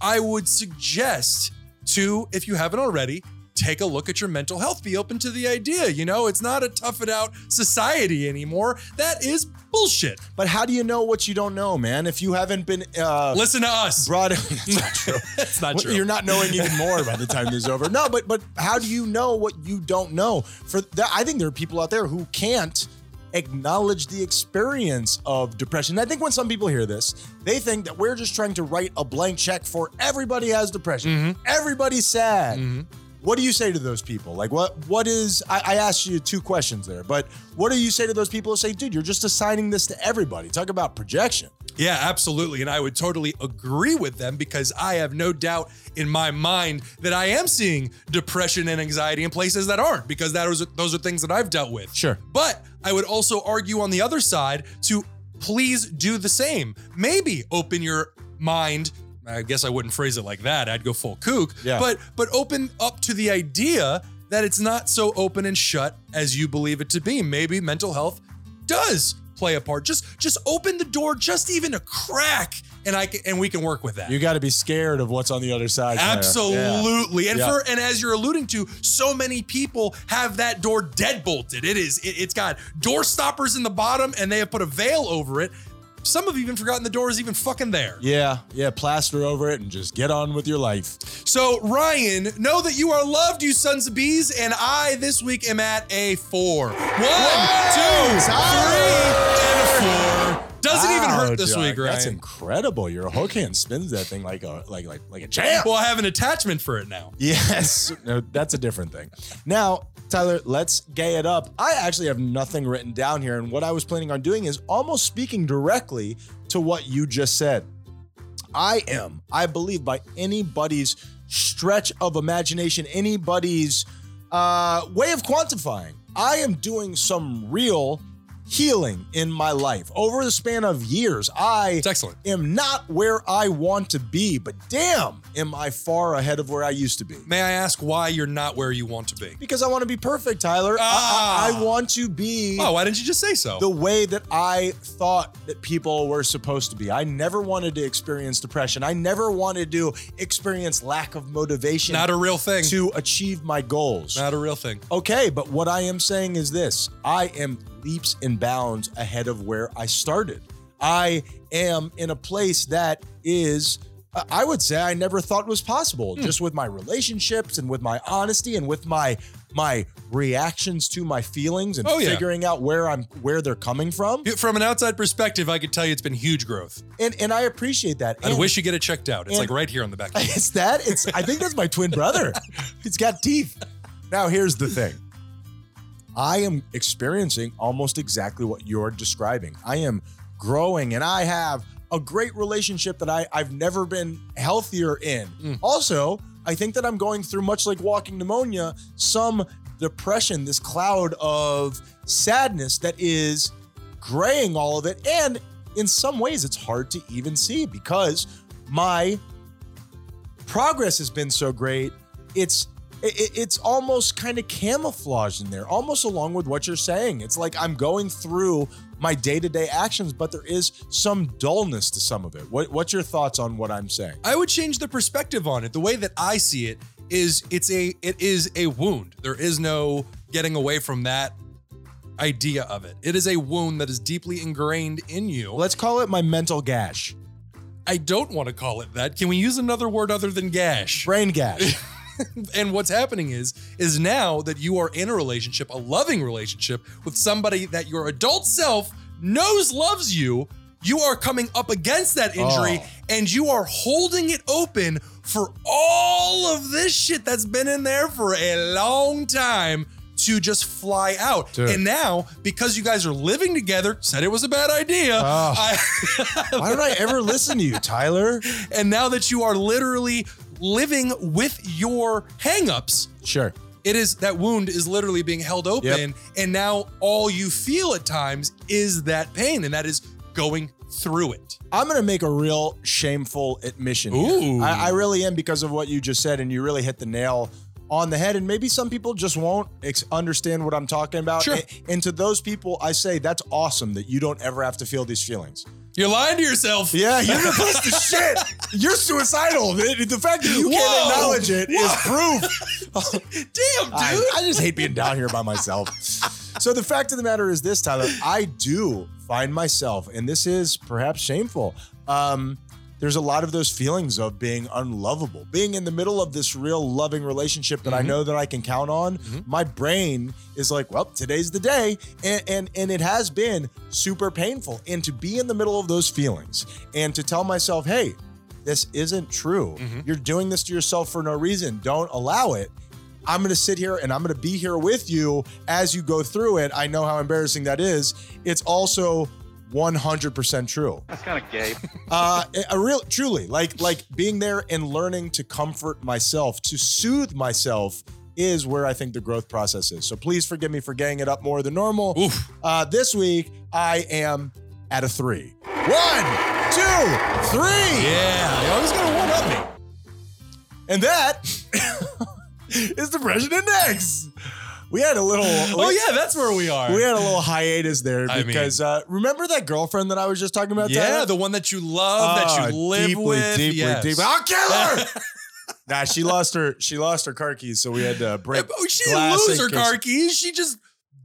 I would suggest to if you haven't already take a look at your mental health. Be open to the idea. You know, it's not a tough it out society anymore. That is bullshit.
But how do you know what you don't know, man? If you haven't been uh,
Listen to us.
brought, that's not true.
That's not
Well,
true.
You're not knowing even more by the time this is over. No, but but how do you know what you don't know? For that, I think there are people out there who can't acknowledge the experience of depression. I think when some people hear this, they think that we're just trying to write a blank check for everybody has depression,
Mhm.
everybody's sad.
Mhm.
What do you say to those people? Like, what what is? I, I asked you two questions there, but what do you say to those people who say, "Dude, you're just assigning this to everybody"? Talk about projection.
Yeah, absolutely. And I would totally agree with them because I have no doubt in my mind that I am seeing depression and anxiety in places that aren't because that was, those are things that I've dealt with.
Sure.
But I would also argue on the other side to please do the same. Maybe open your mind. I guess I wouldn't phrase it like that. I'd go full kook.
Yeah.
But but open up to the idea that it's not so open and shut as you believe it to be. Maybe mental health does play a part. Just just open the door just even a crack and I can, and we can work with that.
You got to be scared of what's on the other side. kinda. Yeah.
Absolutely. And
Yeah.
for and as you're alluding to, so many people have that door deadbolted. It is it, it's got door stoppers in the bottom and they have put a veil over it. Some have even forgotten the door is even fucking there.
Yeah, yeah, plaster over it and just get on with your life.
So Ryan, know that you are loved, you sons of bees, and I this week am at a four. One, two, three, and a four. Doesn't even
Wow,
hurt this
Doc,
week, Ryan.
That's incredible. Your hook hand spins that thing like a like like like a champ.
Well, I have an attachment for it now.
Yes, no, that's a different thing. Now, Tyler, let's gay it up. I actually have nothing written down here, and what I was planning on doing is almost speaking directly to what you just said. I am, I believe, by anybody's stretch of imagination, anybody's uh, way of quantifying, I am doing some real healing in my life over the span of years. I
It's excellent.
am not where I want to be, but damn, am I far ahead of where I used to be.
May I ask why you're not where you want to be?
Because I want to be perfect, Tyler. I- I,
Ah.
I want to be
Oh, why didn't you just say so?
the way that I thought that people were supposed to be. I never wanted to experience depression. I never wanted to experience lack of motivation
Not a real thing.
to achieve my goals.
Not a real thing.
Okay, but what I am saying is this I am leaps and bounds ahead of where I started. I am in a place that is, I- I would say, I never thought was possible,
Hmm.
just with my relationships and with my honesty and with my my reactions to my feelings and
Oh, yeah.
figuring out where I'm where they're coming from.
From an outside perspective, I could tell you it's been huge growth.
And and I appreciate that.
I
And-
wish you get it checked out. It's
and-
like right here on the back.
It's that. It's. I think that's my twin brother. He's got teeth. Now here's the thing. I am experiencing almost exactly what you're describing. I am growing, and I have a great relationship that I I've never been healthier in.
Mm.
Also, I think that I'm going through much like walking pneumonia, some depression, this cloud of sadness that is graying all of it, and in some ways, it's hard to even see because my progress has been so great. It's it, it's almost kind of camouflaged in there, almost along with what you're saying. It's like I'm going through my day to day actions, but there is some dullness to some of it. What what's your thoughts on what I'm saying?
I would change the perspective on it. The way that I see it is it's a it is a wound. There is no getting away from that idea of it. It is a wound that is deeply ingrained in you.
Let's call it my mental gash,
I don't want to call it that. Can we use another word other than gash?
brain gash.
and what's happening is is now that you are in a relationship a loving relationship with somebody that your adult self knows loves you you are coming up against that injury
Oh.
and you are holding it open for all of this shit that's been in there for a long time to just fly out
Dude.
and now because you guys are living together said it was a bad idea
Oh.
I-
Why don't I ever listen to you, Tyler?
and now that you are literally living with your hangups
Sure.
it is that wound is literally being held open
Yep.
and now all you feel at times is that pain and that is going through it
I'm gonna make a real shameful admission. here.
Ooh.
I, I really am because of what you just said, and you really hit the nail on the head. And maybe some people just won't ex- understand what I'm talking about.
Sure.
A- And, to those people, I say that's awesome that you don't ever have to feel these feelings.
You're lying to yourself.
Yeah, you're the piece of shit. You're suicidal. The, the fact that you can't
Whoa.
acknowledge it is proof.
Damn, dude.
I, I just hate being down here by myself. so the fact of the matter is this, Tyler, I do find myself, and this is perhaps shameful. Um, there's a lot of those feelings of being unlovable, being in the middle of this real loving relationship that I
Mhm.
know that I can count on.
Mhm.
My brain is like, well, today's the day, and, and and it has been super painful. And to be in the middle of those feelings, and to tell myself, hey, this isn't true.
Mhm.
You're doing this to yourself for no reason. Don't allow it. I'm going to sit here and I'm going to be here with you as you go through it. I know how embarrassing that is. It's also 100% true.
That's kind of gay.
Uh, a real, truly, like like being there and learning to comfort myself, to soothe myself is where I think the growth process is. So please forgive me for getting it up more than normal.
Oof.
Uh, this week I am at a three. One, two, three.
Yeah. You always gotta one up me.
And that is the President X. We had a little.
Oh
we-
yeah, that's where we are.
We had a little hiatus there
I mean-
because uh, remember that girlfriend that I was just talking about?
yeah,
Tyler?
the one that you love, that you
Oh,
live
deeply,
with.
Deeply,
yes.
deeply. Ah, I'll kill her. nah, she lost her. She lost her car keys, so we had to break.
Oh, she didn't
glass
lose her
in
car keys. She just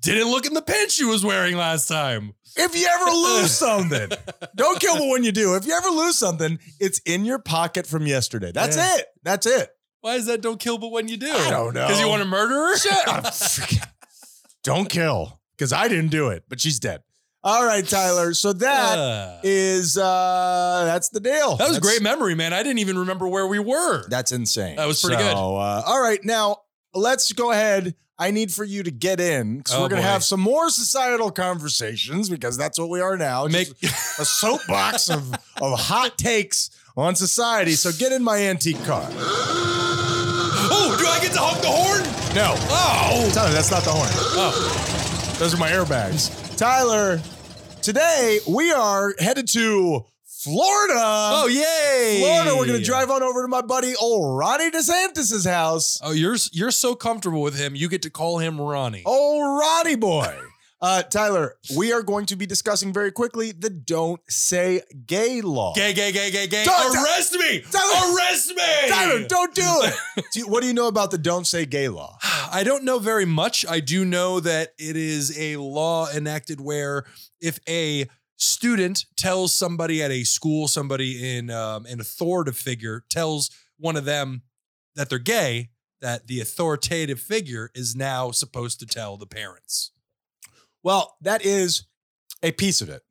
didn't look in the pants she was wearing last time.
If you ever lose something, don't kill me when you do. If you ever lose something, it's in your pocket from yesterday. That's
Yeah.
it. That's it.
Why is that don't kill but when you do?
I don't know.
Because you want to murder her?
Shut up. Don't kill because I didn't do it, but she's dead. All right, Tyler. So that
Uh,
is uh that's the deal.
that was
That's-
a great memory, man. I didn't even remember where we were.
That's insane.
That was pretty
so,
good.
Uh, all right, now let's go ahead. I need for you to get in because
Oh,
we're gonna
boy.
have some more societal conversations because that's what we are now.
Make
just a soapbox of of hot takes on society. So get in my antique car.
Oh, do I get to honk the horn?
No,
Oh.
Tyler, that's not the horn.
Oh.
Those are my airbags. Tyler, today we are headed to Florida.
Oh, yay.
Florida, we're gonna drive on over to my buddy old Ronnie DeSantis' house.
Oh, you're you're so comfortable with him, you get to call him Ronnie.
Oh. Old Ronnie boy. Uh, Tyler, we are going to be discussing very quickly the don't say gay law.
Gay, gay, gay, gay, gay.
Don't-
Arrest me!
Tyler-
Arrest me!
Tyler, don't do it. Do you- what do you know about the don't say gay law?
I don't know very much. I do know that it is a law enacted where if a student tells somebody at a school, somebody in um, an authoritative figure tells one of them that they're gay, that the authoritative figure is now supposed to tell the parents.
Well, that is a piece of it.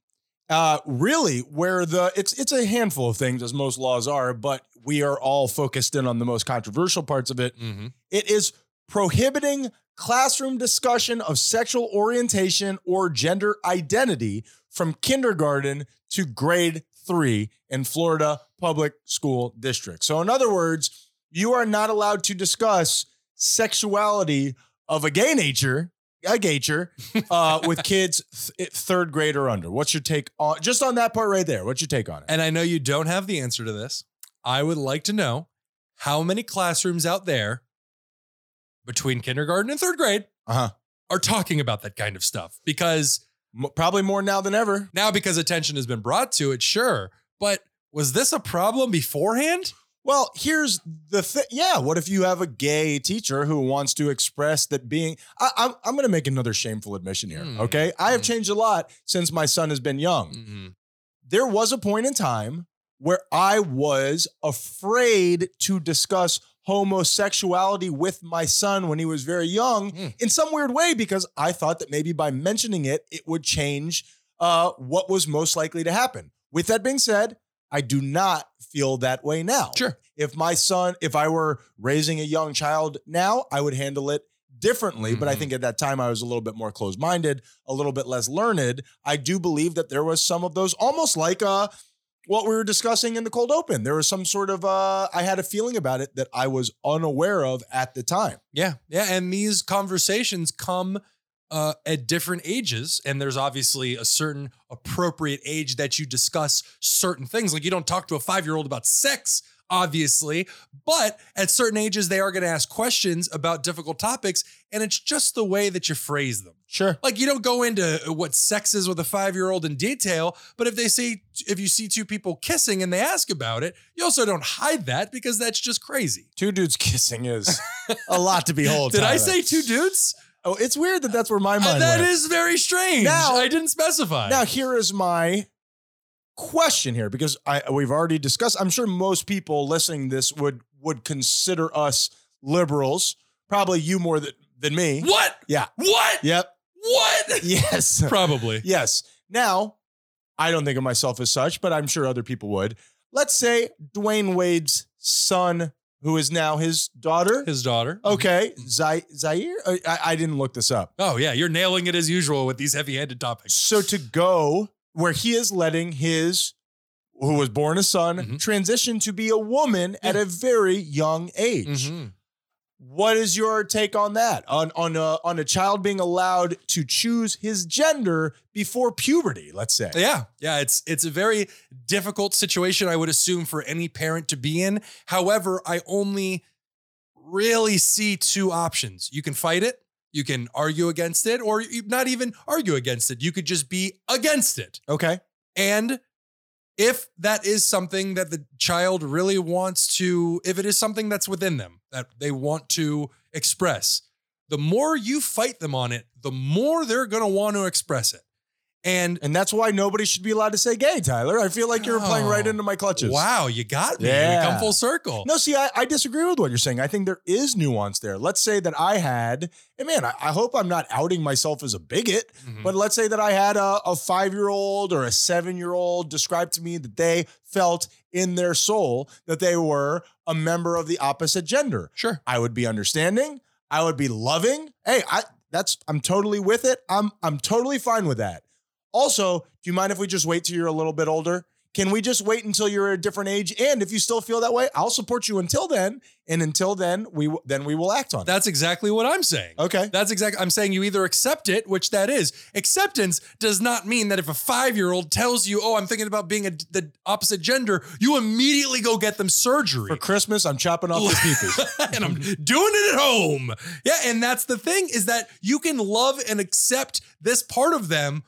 Uh, really, where the it's it's a handful of things as most laws are, but we are all focused in on the most controversial parts of it.
Mm-hmm.
It is prohibiting classroom discussion of sexual orientation or gender identity from kindergarten to grade three in Florida public school districts. So, in other words, you are not allowed to discuss sexuality of a gay nature. A gayture uh, with kids th- third grade or under. What's your take on just on that part right there? What's your take on it?
And I know you don't have the answer to this. I would like to know how many classrooms out there between kindergarten and third grade
Uh-huh.
are talking about that kind of stuff because
M- probably more now than ever.
Now, because attention has been brought to it, sure. But was this a problem beforehand?
Well, here's the thing. Yeah, what if you have a gay teacher who wants to express that being? I, I'm I'm going to make another shameful admission here.
Hmm.
Okay, I have
Hmm.
changed a lot since my son has been young. There was a point in time where I was afraid to discuss homosexuality with my son when he was very young
Hmm.
in some weird way because I thought that maybe by mentioning it, it would change uh, what was most likely to happen. With that being said, I do not feel that way now
Sure.
if my son, if I were raising a young child now, I would handle it differently. But I
Mhm.
think at that time I was a little bit more closed minded, a little bit less learned. I do believe that there was some of those almost like uh what we were discussing in the cold open. There was some sort of uh I had a feeling about it that I was unaware of at the time.
Yeah. Yeah. And these conversations come uh, at different ages. And there's obviously a certain appropriate age that you discuss certain things. Like you don't talk to a five year old about sex obviously. But at certain ages, they are going to ask questions about difficult topics, and it's just the way that you phrase them.
Sure.
Like you don't go into uh, what sex is with a five year old in detail, but if they say if you see two people kissing and they ask about it, you also don't hide that because that's just crazy.
Two dudes kissing is a lot to behold.
Did I
Tyler.
say two dudes?
Oh, it's weird that that's where my
Uh,
mind
That
went.
is very strange.
Now-
I didn't specify.
Now, here is my question here because I we've already discussed. I'm sure most people listening to this would would consider us liberals. Probably you more than, than me.
what?
Yeah.
What?
Yep.
What?
Yes.
Probably.
yes. Now, I don't think of myself as such, but I'm sure other people would. Let's say Dwayne Wade's son, who is now his daughter.
His daughter.
Okay, Zai- Zaire. Uh, I, I didn't look this up.
Oh yeah, you're nailing it as usual with these heavy-handed topics.
So to go where he is letting his, who was born a son,
Mhm.
transition to be a woman at
Yeah. Mm-hmm.
a very young age. What is your take on that? On on a, on a child being allowed to choose his gender before puberty? Let's say.
Yeah, yeah, it's it's a very difficult situation I would assume for any parent to be in. However, I only really see two options. You can fight it, you can argue against it or you- not even argue against it. You could just be against it.
Okay.
And if that is something that the child really wants to, if it is something that's within them that they want to express, the more you fight them on it, the more they're going to want to express it. And
And that's why nobody should be allowed to say gay, Tyler. I feel like you're playing right
Oh.
into my clutches.
wow, you got me.
Yeah.
We come full circle.
No, see, I, I disagree with what you're saying. I think there is nuance there. Let's say that I had, and man, I, I hope I'm not outing myself as a bigot,
Mhm.
but let's say that I had a, a five year old or a seven year old describe to me that they felt in their soul that they were a member of the opposite gender.
sure.
I would be understanding. I would be loving. Hey, I that's I'm totally with it. I'm I'm totally fine with that. Also, do you mind if we just wait till you're a little bit older? Can we just wait until you're a different age? And if you still feel that way, I'll support you until then. And until then, we w- then we will act on
That's exactly what I'm saying.
it. Okay.
That's exactly. I'm saying you either accept it, which that is. Acceptance does not mean that if a five year old tells you, "Oh, I'm thinking about being a, the opposite gender," you immediately go get them surgery.
For Christmas, I'm chopping off his peepers.
and I'm doing it at home. Yeah, and that's the thing is that you can love and accept this part of them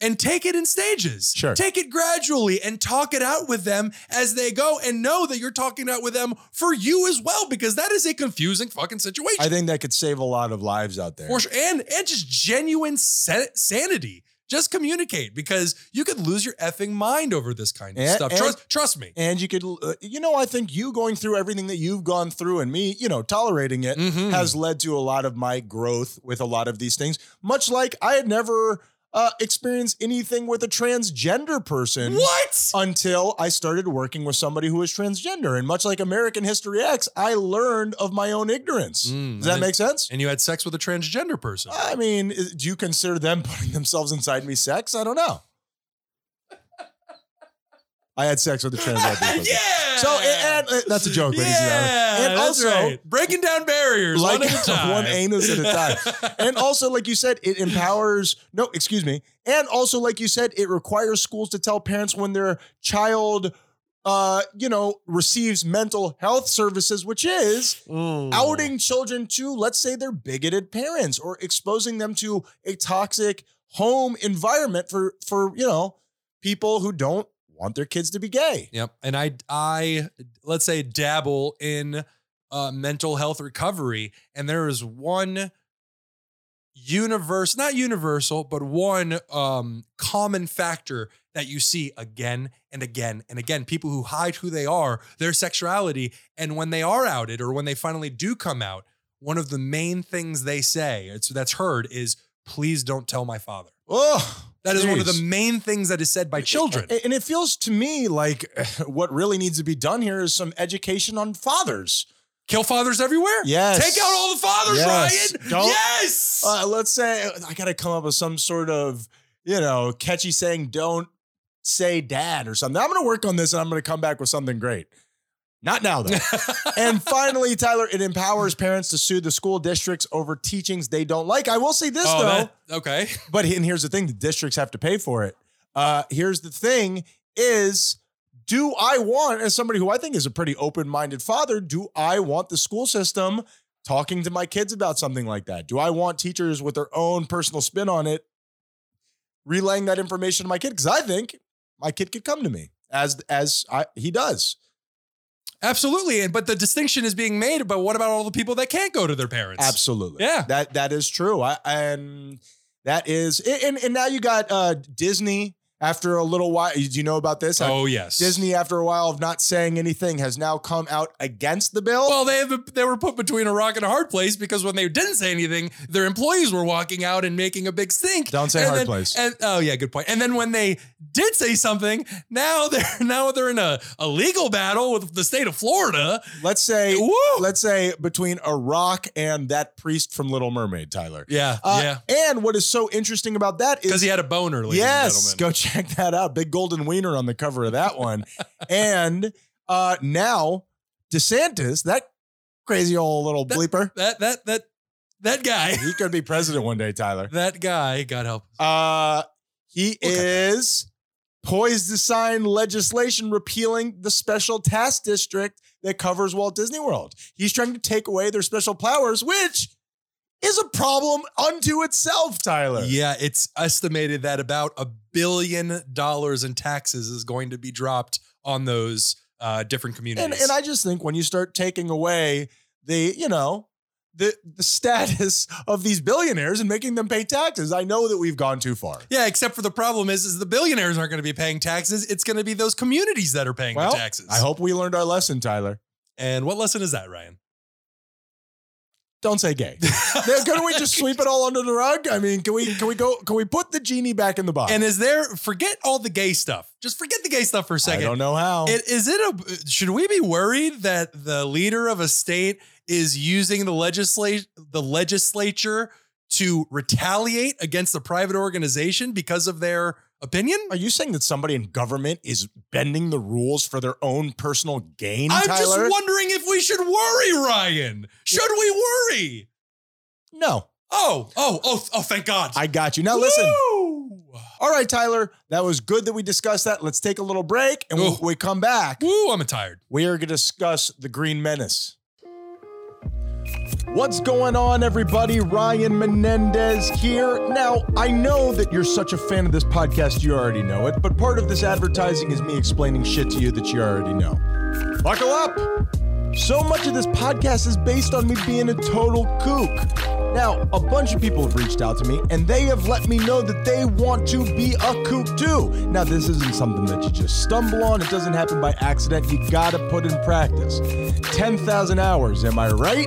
and take it in stages.
Sure.
Take it gradually and talk it out with them as they go and know that you're talking out with them for you as well because that is a confusing fucking situation.
I think that could save a lot of lives out there.
For sure. And and just genuine sa- sanity. Just communicate because you could lose your effing mind over this kind of
And-
stuff.
and-
trust, trust me.
And you could, uh, you know, I think you going through everything that you've gone through and me, you know, tolerating it
Mhm.
has led to a lot of my growth with a lot of these things. Much like I had never uh, experienced anything with a transgender person
what?
until I started working with somebody who was transgender. And much like American History X, I learned of my own ignorance.
Mm,
Does that
and-
make sense?
And you had sex with a transgender person.
I mean, is- do you consider them putting themselves inside me sex? I don't know. I had sex with a transgender. person.
yeah.
So and, and- that's a joke, ladies and gentlemen.
yeah,
And
that's
also-
right. breaking down barriers
Like
one at a time.
one anus at a time. And also, like you said, it empowers. No, excuse me. And also, like you said, it requires schools to tell parents when their child, uh, you know, receives mental health services, which is
Mm.
outing children to, let's say, their bigoted parents or exposing them to a toxic home environment for for you know people who don't want their kids to be gay.
Yep. And I I let's say dabble in uh, mental health recovery, and there is one universe, not universal, but one um, common factor that you see again and again and again. People who hide who they are, their sexuality, and when they are outed or when they finally do come out, one of the main things they say it's, that's heard is, "Please don't tell my father."
Oh,
That is one of
jeez.
the main things that is said by children.
A- And it feels to me like what really needs to be done here is some education on fathers.
Kill fathers everywhere.
Yes.
Take out all the fathers,
Yes.
Ryan.
Don't-
yes.
Uh, let's say I got to come up with some sort of, you know, catchy saying, don't say dad or something. I'm going to work on this and I'm going to come back with something great. Not now, though. and finally, Tyler, it empowers parents to sue the school districts over teachings they don't like. I will say this,
Oh,
though.
that- okay.
But and here's the thing: the districts have to pay for it. Uh, here's the thing: is do I want, as somebody who I think is a pretty open minded father, do I want the school system talking to my kids about something like that? Do I want teachers with their own personal spin on it relaying that information to my kid? Because I think my kid could come to me as as I, he does.
Absolutely. And but the distinction is being made about what about all the people that can't go to their parents?
Absolutely.
Yeah.
That that is true. I and that is and and now you got uh Disney after a little while. Do you know about this? How
Oh yes.
Disney, after a while of not saying anything, has now come out against the bill.
Well, they have, they were put between a rock and a hard place because when they didn't say anything, their employees were walking out and making a big stink.
Don't say
and
hard
then-
place.
And oh yeah, good point. And then when they did say something, now they're now they're in a, a legal battle with the state of Florida.
let's say,
Woo!
let's say between a rock and that priest from Little Mermaid, Tyler.
Yeah, yeah.
yeah. And what is so interesting about that
Because
uh, is,
he had a boner, ladies
yes,
and gentlemen.
go check that out. Big golden wiener on the cover of that one. and uh now DeSantis, that crazy old little
That-
bleeper,
That that that that guy.
he could be president one day, Tyler.
That guy, God help.
Uh, he
Look at
is poised to sign legislation repealing the special task district that covers Walt Disney World. He's trying to take away their special powers, which is a problem unto itself, Tyler.
Yeah, it's estimated that about a billion dollars in taxes is going to be dropped on those uh, different communities.
And and I just think when you start taking away the, you know, the the status of these billionaires and making them pay taxes, I know that we've gone too far.
yeah, except for the problem is, is the billionaires aren't going to be paying taxes. It's going to be those communities that are paying
Well,
the taxes.
I hope we learned our lesson, Tyler.
And what lesson is that, Ryan?
Don't say gay. Now, Couldn't we just sweep it all under the rug? I mean, can we can we go can we put the genie back in the box?
and is there forget all the gay stuff? Just forget the gay stuff for a
I don't
second.
know how.
It, is it a should we be worried that the leader of a state is using the legislate the legislature to retaliate against a private organization because of their opinion?
Are you saying that somebody in government is bending the rules for their own personal gain,
I'm
Tyler?
just wondering if we should worry, Ryan. Should we worry?
no,
Oh, oh, oh, oh! Thank God.
I got you. Now listen.
Woo!
All right, Tyler, that was good that we discussed that. Let's take a little break, and when
Ooh.
we come back,
Woo! I'm tired.
we are going to discuss the Green Menace. What's going on, everybody? Ryan Menendez here. Now, I know that you're such a fan of this podcast, you already know it, but part of this advertising is me explaining shit to you that you already know. Buckle up! So much of this podcast is based on me being a total kook. Now, a bunch of people have reached out to me and they have let me know that they want to be a kook too. Now, this isn't something that you just stumble on, it doesn't happen by accident. You gotta put in practice. 10,000 hours, am I right?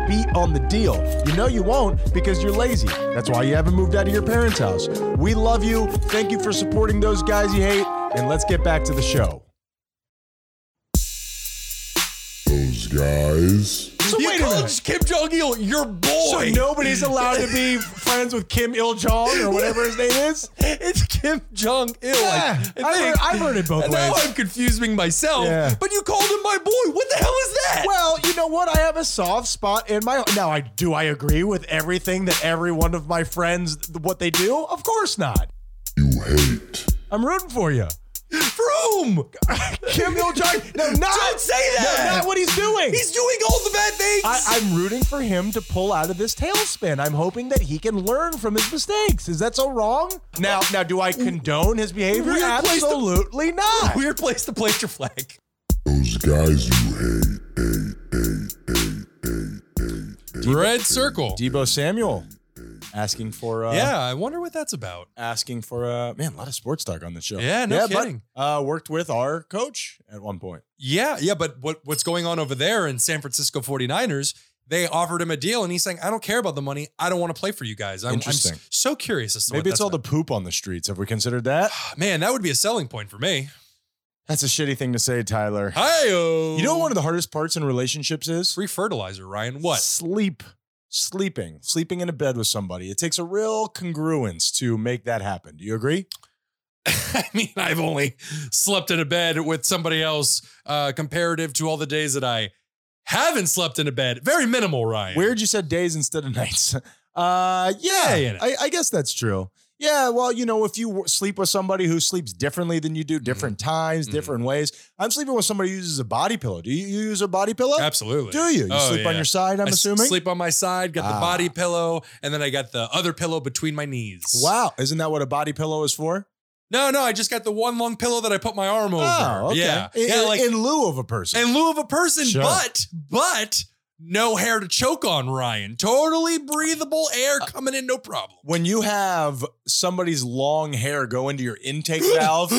beat on the deal. You know you won't because you're lazy. That's why you haven't moved out of your parents' house. We love you. Thank you for supporting those guys you hate, and let's get back to the show.
Those guys.
So
you called Kim Jong Il your
So
boy.
nobody's allowed to be friends with Kim Il Jong or whatever his name is.
it's Kim Jong Il.
Yeah, I've heard, I've heard it both
now
ways.
I'm confusing myself.
Oh, Yeah.
But you called him my boy. What the hell is that?
Well, you know what? I have a soft spot in my now. I do. I agree with everything that every one of my friends what they do. Of course not.
You hate.
I'm rooting for you,
Vroom!
Kim Il Jong. No, not
Don't say that!
No, not what he's doing.
He's doing all the bad things.
I, I'm rooting for him to pull out of this tailspin. I'm hoping that he can learn from his mistakes. Is that so wrong? Now, now, do I condone his behavior?
Weird place to-
Absolutely not.
Weird place to place your flag.
Those guys you hate. Hate, hate, hate, hate, hate, hate, hate. Debo-
Red circle.
Debo Samuel asking for uh,
yeah, I wonder what that's about.
asking for uh, man a lot of sports talk on the show.
Yeah, no
but,
kidding.
uh, worked with our coach at one point.
Yeah, yeah, but what what's going on over there in San Francisco 49ers, they offered him a deal and he's saying, I don't care about the money. I don't want to play for you guys. I'm, I'm
Interesting.
s- so curious as to
Maybe it's all the poop on the streets. Have we considered that?
the man, that would be a selling point for me.
That's a shitty thing to say, Tyler.
Hi
You know what one of the hardest parts in relationships is?
free fertilizer, Ryan. What?
Sleep. Sleeping. Sleeping in a bed with somebody. It takes a real congruence to make that happen. Do you agree?
I mean, I've only slept in a bed with somebody else, uh, comparative to all the days that I haven't slept in a bed. Very minimal, Ryan.
Weird you said days instead of nights. Uh yeah.
Yeah, you know.
I, I guess that's true. Yeah, well, you know, if you w- sleep with somebody who sleeps differently than you do,
Mm-hmm.
different times,
Mhm.
different ways. I'm sleeping with somebody who uses a body pillow. Do you, you use a body pillow?
Absolutely.
Do you? You
Oh,
sleep on
yeah.
your side, I'm
I s-
assuming?
Sleep on my side, got the
Ah.
body pillow, and then I got the other pillow between my knees.
Wow. Isn't that what a body pillow is for?
No, no, I just got the one long pillow that I put my arm over.
Oh, okay.
Yeah.
In,
yeah, like
in lieu of a person.
in lieu of a person,
Sure.
but but no hair to choke on, Ryan. Totally breathable air
Uh,
coming in, no problem.
when you have somebody's long hair go into your intake valve,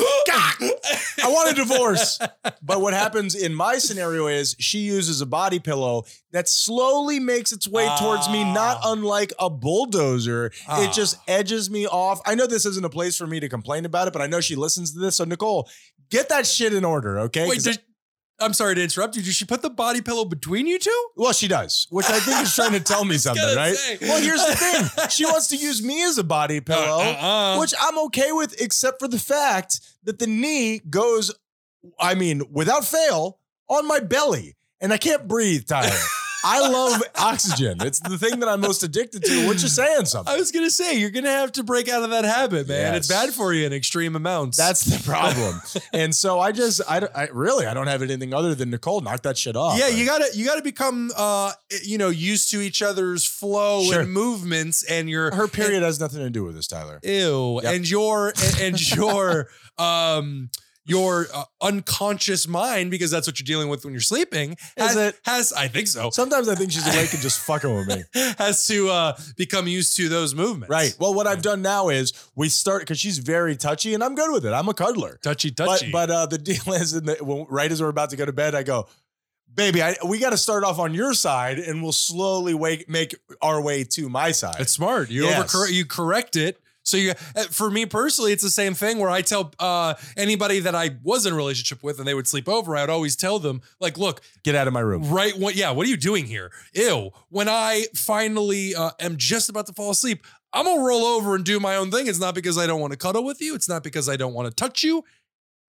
I want a divorce. But what happens in my scenario is she uses a body pillow that slowly makes its way towards me, not
Ah.
unlike a bulldozer.
Ah.
It just edges me off. I know this isn't a place for me to complain about it, but I know she listens to this. So, Nicole, get that shit in order, okay?
Wait,
'Cause-
did, I'm sorry to interrupt you. Did she put the body pillow between you two?
well, she does, which I think is trying to tell me something,
gonna
right?
say.
Well, here's the thing she wants to use me as a body pillow.
Uh-uh.
which I'm okay with, except for the fact that the knee goes, I mean, without fail, on my belly, and I can't breathe, Tyler. I love oxygen. It's the thing that I'm most addicted to, which is saying something.
I was gonna say you're gonna have to break out of that habit, man. It's
Yes.
bad for you in extreme amounts.
That's the problem. and so I just, I, don't- I really, I don't have anything other than Nicole. Knock that shit off.
yeah, you gotta you gotta become uh you know used to each other's flow
Sure.
and movements and your
Her period has nothing to do with this, Tyler.
ew
Yep.
and your and, and your um your uh, unconscious mind because that's what you're dealing with when you're sleeping has,
it?
has I think so
Sometimes I think she's awake and just fucking with me.
has to uh become used to those movements
Right. Well, what I've done now is we start because she's very touchy, and I'm good with it. I'm a cuddler.
touchy touchy
But, but uh, the deal is, in the, when, right as we're about to go to bed, I go, baby, I, we got to start off on your side, and we'll slowly wake, make our way to my side.
It's smart. You
Yes.
overcorrect. You correct it. So you, uh, for me personally, it's the same thing where I tell uh, anybody that I was in a relationship with and they would sleep over. I'd always tell them like, look,
Get out of my room.
right. What? Yeah. What are you doing here? Ew. When I finally uh, am just about to fall asleep, I'm gonna roll over and do my own thing. It's not because I don't want to cuddle with you. It's not because I don't want to touch you.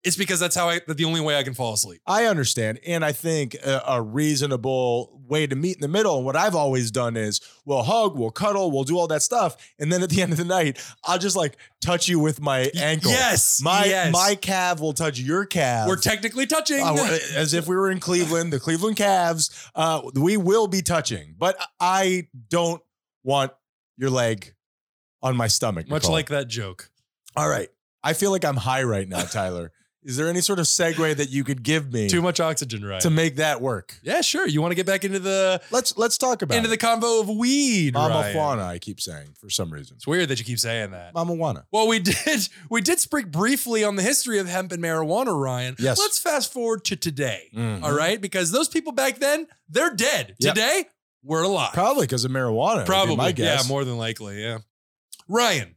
It's because that's how I. That's the only way I can fall asleep.
I understand. And I think a, a reasonable way to meet in the middle, and what I've always done is we'll hug, we'll cuddle, we'll do all that stuff. And then at the end of the night, I'll just like touch you with my ankle.
Yes.
My,
yes.
my calf will touch your calf.
We're technically touching.
Uh, well, as if we were in Cleveland, the Cleveland Cavs. Uh, we will be touching, but I don't want your leg on my stomach.
Much
Nicole.
like that joke.
all right, I feel like I'm high right now, Tyler. Is there any sort of segue that you could give me
Too much oxygen, right?
to make that work?
Yeah, sure. You want to get back into the
Let's let's talk about
into
it.
the convo of weed,
Mama
Ryan.
Juana. I keep saying for some reason,
It's weird that you keep saying that.
Mama Juana.
Well, we did we did speak briefly on the history of hemp and marijuana, Ryan.
Yes.
Let's fast forward to today.
Mhm.
all right, because those people back then they're dead.
Yep.
Today we're alive.
Probably because of marijuana. would be
Probably,
my guess.
yeah, more than likely, yeah. Ryan,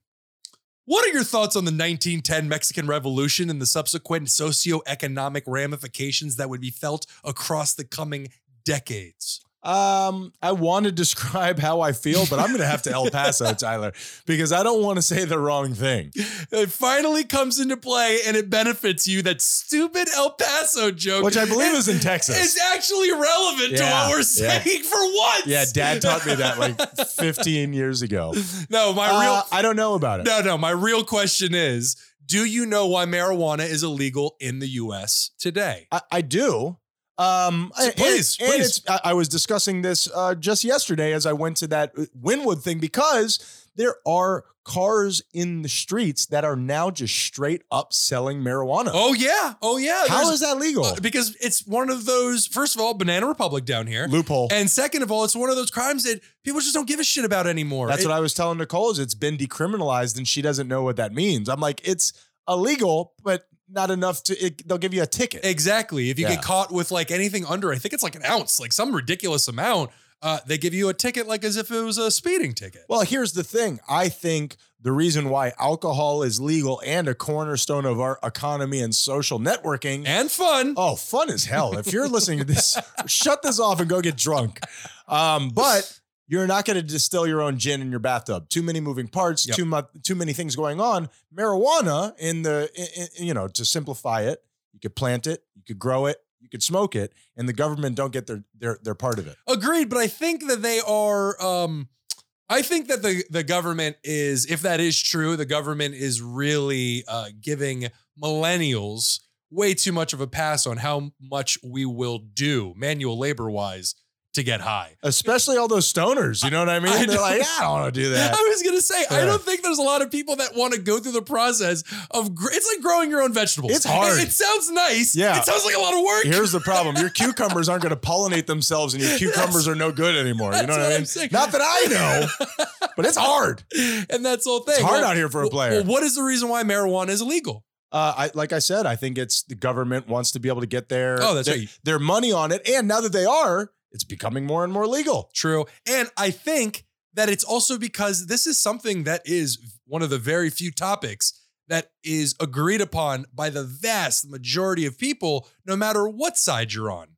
what are your thoughts on the 1910 Mexican Revolution and the subsequent socioeconomic ramifications that would be felt across the coming decades?
Um, I want to describe how I feel, but I'm going to have to El Paso, Tyler, because I don't want to say the wrong thing.
it finally comes into play and it benefits you. That stupid El Paso joke,
Which I believe is in Texas.
It's actually relevant to
Yeah,
what we're
yeah.
saying for once.
yeah, Dad taught me that like 15 years ago.
no, my
Uh,
real
I don't know about it.
no, no. My real question is: Do you know why marijuana is illegal in the U.S. today?
I, I do. Um,
So
and-
please,
and
please.
it's- I, I was discussing this uh, just yesterday as I went to that Winwood uh, thing because There are cars in the streets that are now just straight up selling marijuana.
Oh yeah. Oh yeah.
How
There's-
is that legal?
uh, because it's one of those. First of all, Banana Republic down here,
Loophole.
and second of all, it's one of those crimes that people just don't give a shit about anymore.
That's
It-
what I was telling Nicole is it's been decriminalized and she doesn't know what that means. I'm like, it's illegal, but not enough to it, they'll give you a ticket.
Exactly. If you
Yeah.
get caught with like anything under, I think it's like an ounce, like some ridiculous amount, uh, they give you a ticket like as if it was a speeding ticket.
Well, here's the thing. I think the reason why alcohol is legal and a cornerstone of our economy and social networking.
and fun.
oh, fun as hell. If you're listening to this, shut this off and go get drunk. Um, but you're not going to distill your own gin in your bathtub. Too many moving parts,
Yep.
too much, too many things going on. Marijuana in the i- i- you know, to simplify it, you could plant it, you could grow it, you could smoke it, and the government don't get their their their part of it.
Agreed, but I think that they are um I think that the the government is if that is true, the government is really uh giving millennials way too much of a pass on how much we will do manual labor wise to get high.
Especially all those stoners, you know what I mean?
I
They're
know.
like, I don't want to do that.
I was gonna say, I
Yeah.
don't think there's a lot of people that want to go through the process of. Gr- it's like growing your own vegetables.
It's hard.
It, it sounds nice.
Yeah.
It sounds like a lot of work.
Here's the problem: your cucumbers aren't going to pollinate themselves, and your cucumbers are no good anymore. You know what,
That's what
I
I'm
mean?
saying.
Not that I know, but it's hard.
and that's the whole thing.
It's hard
Well,
out here for a
well,
player.
Well, what is the reason why marijuana is illegal?
Uh, I, like I said, I think it's the government wants to be able to get their
Oh, that's
their,
right.
their money on it, and now that they are, it's becoming more and more legal.
True. And I think that it's also because this is something that is one of the very few topics that is agreed upon by the vast majority of people, no matter what side you're on.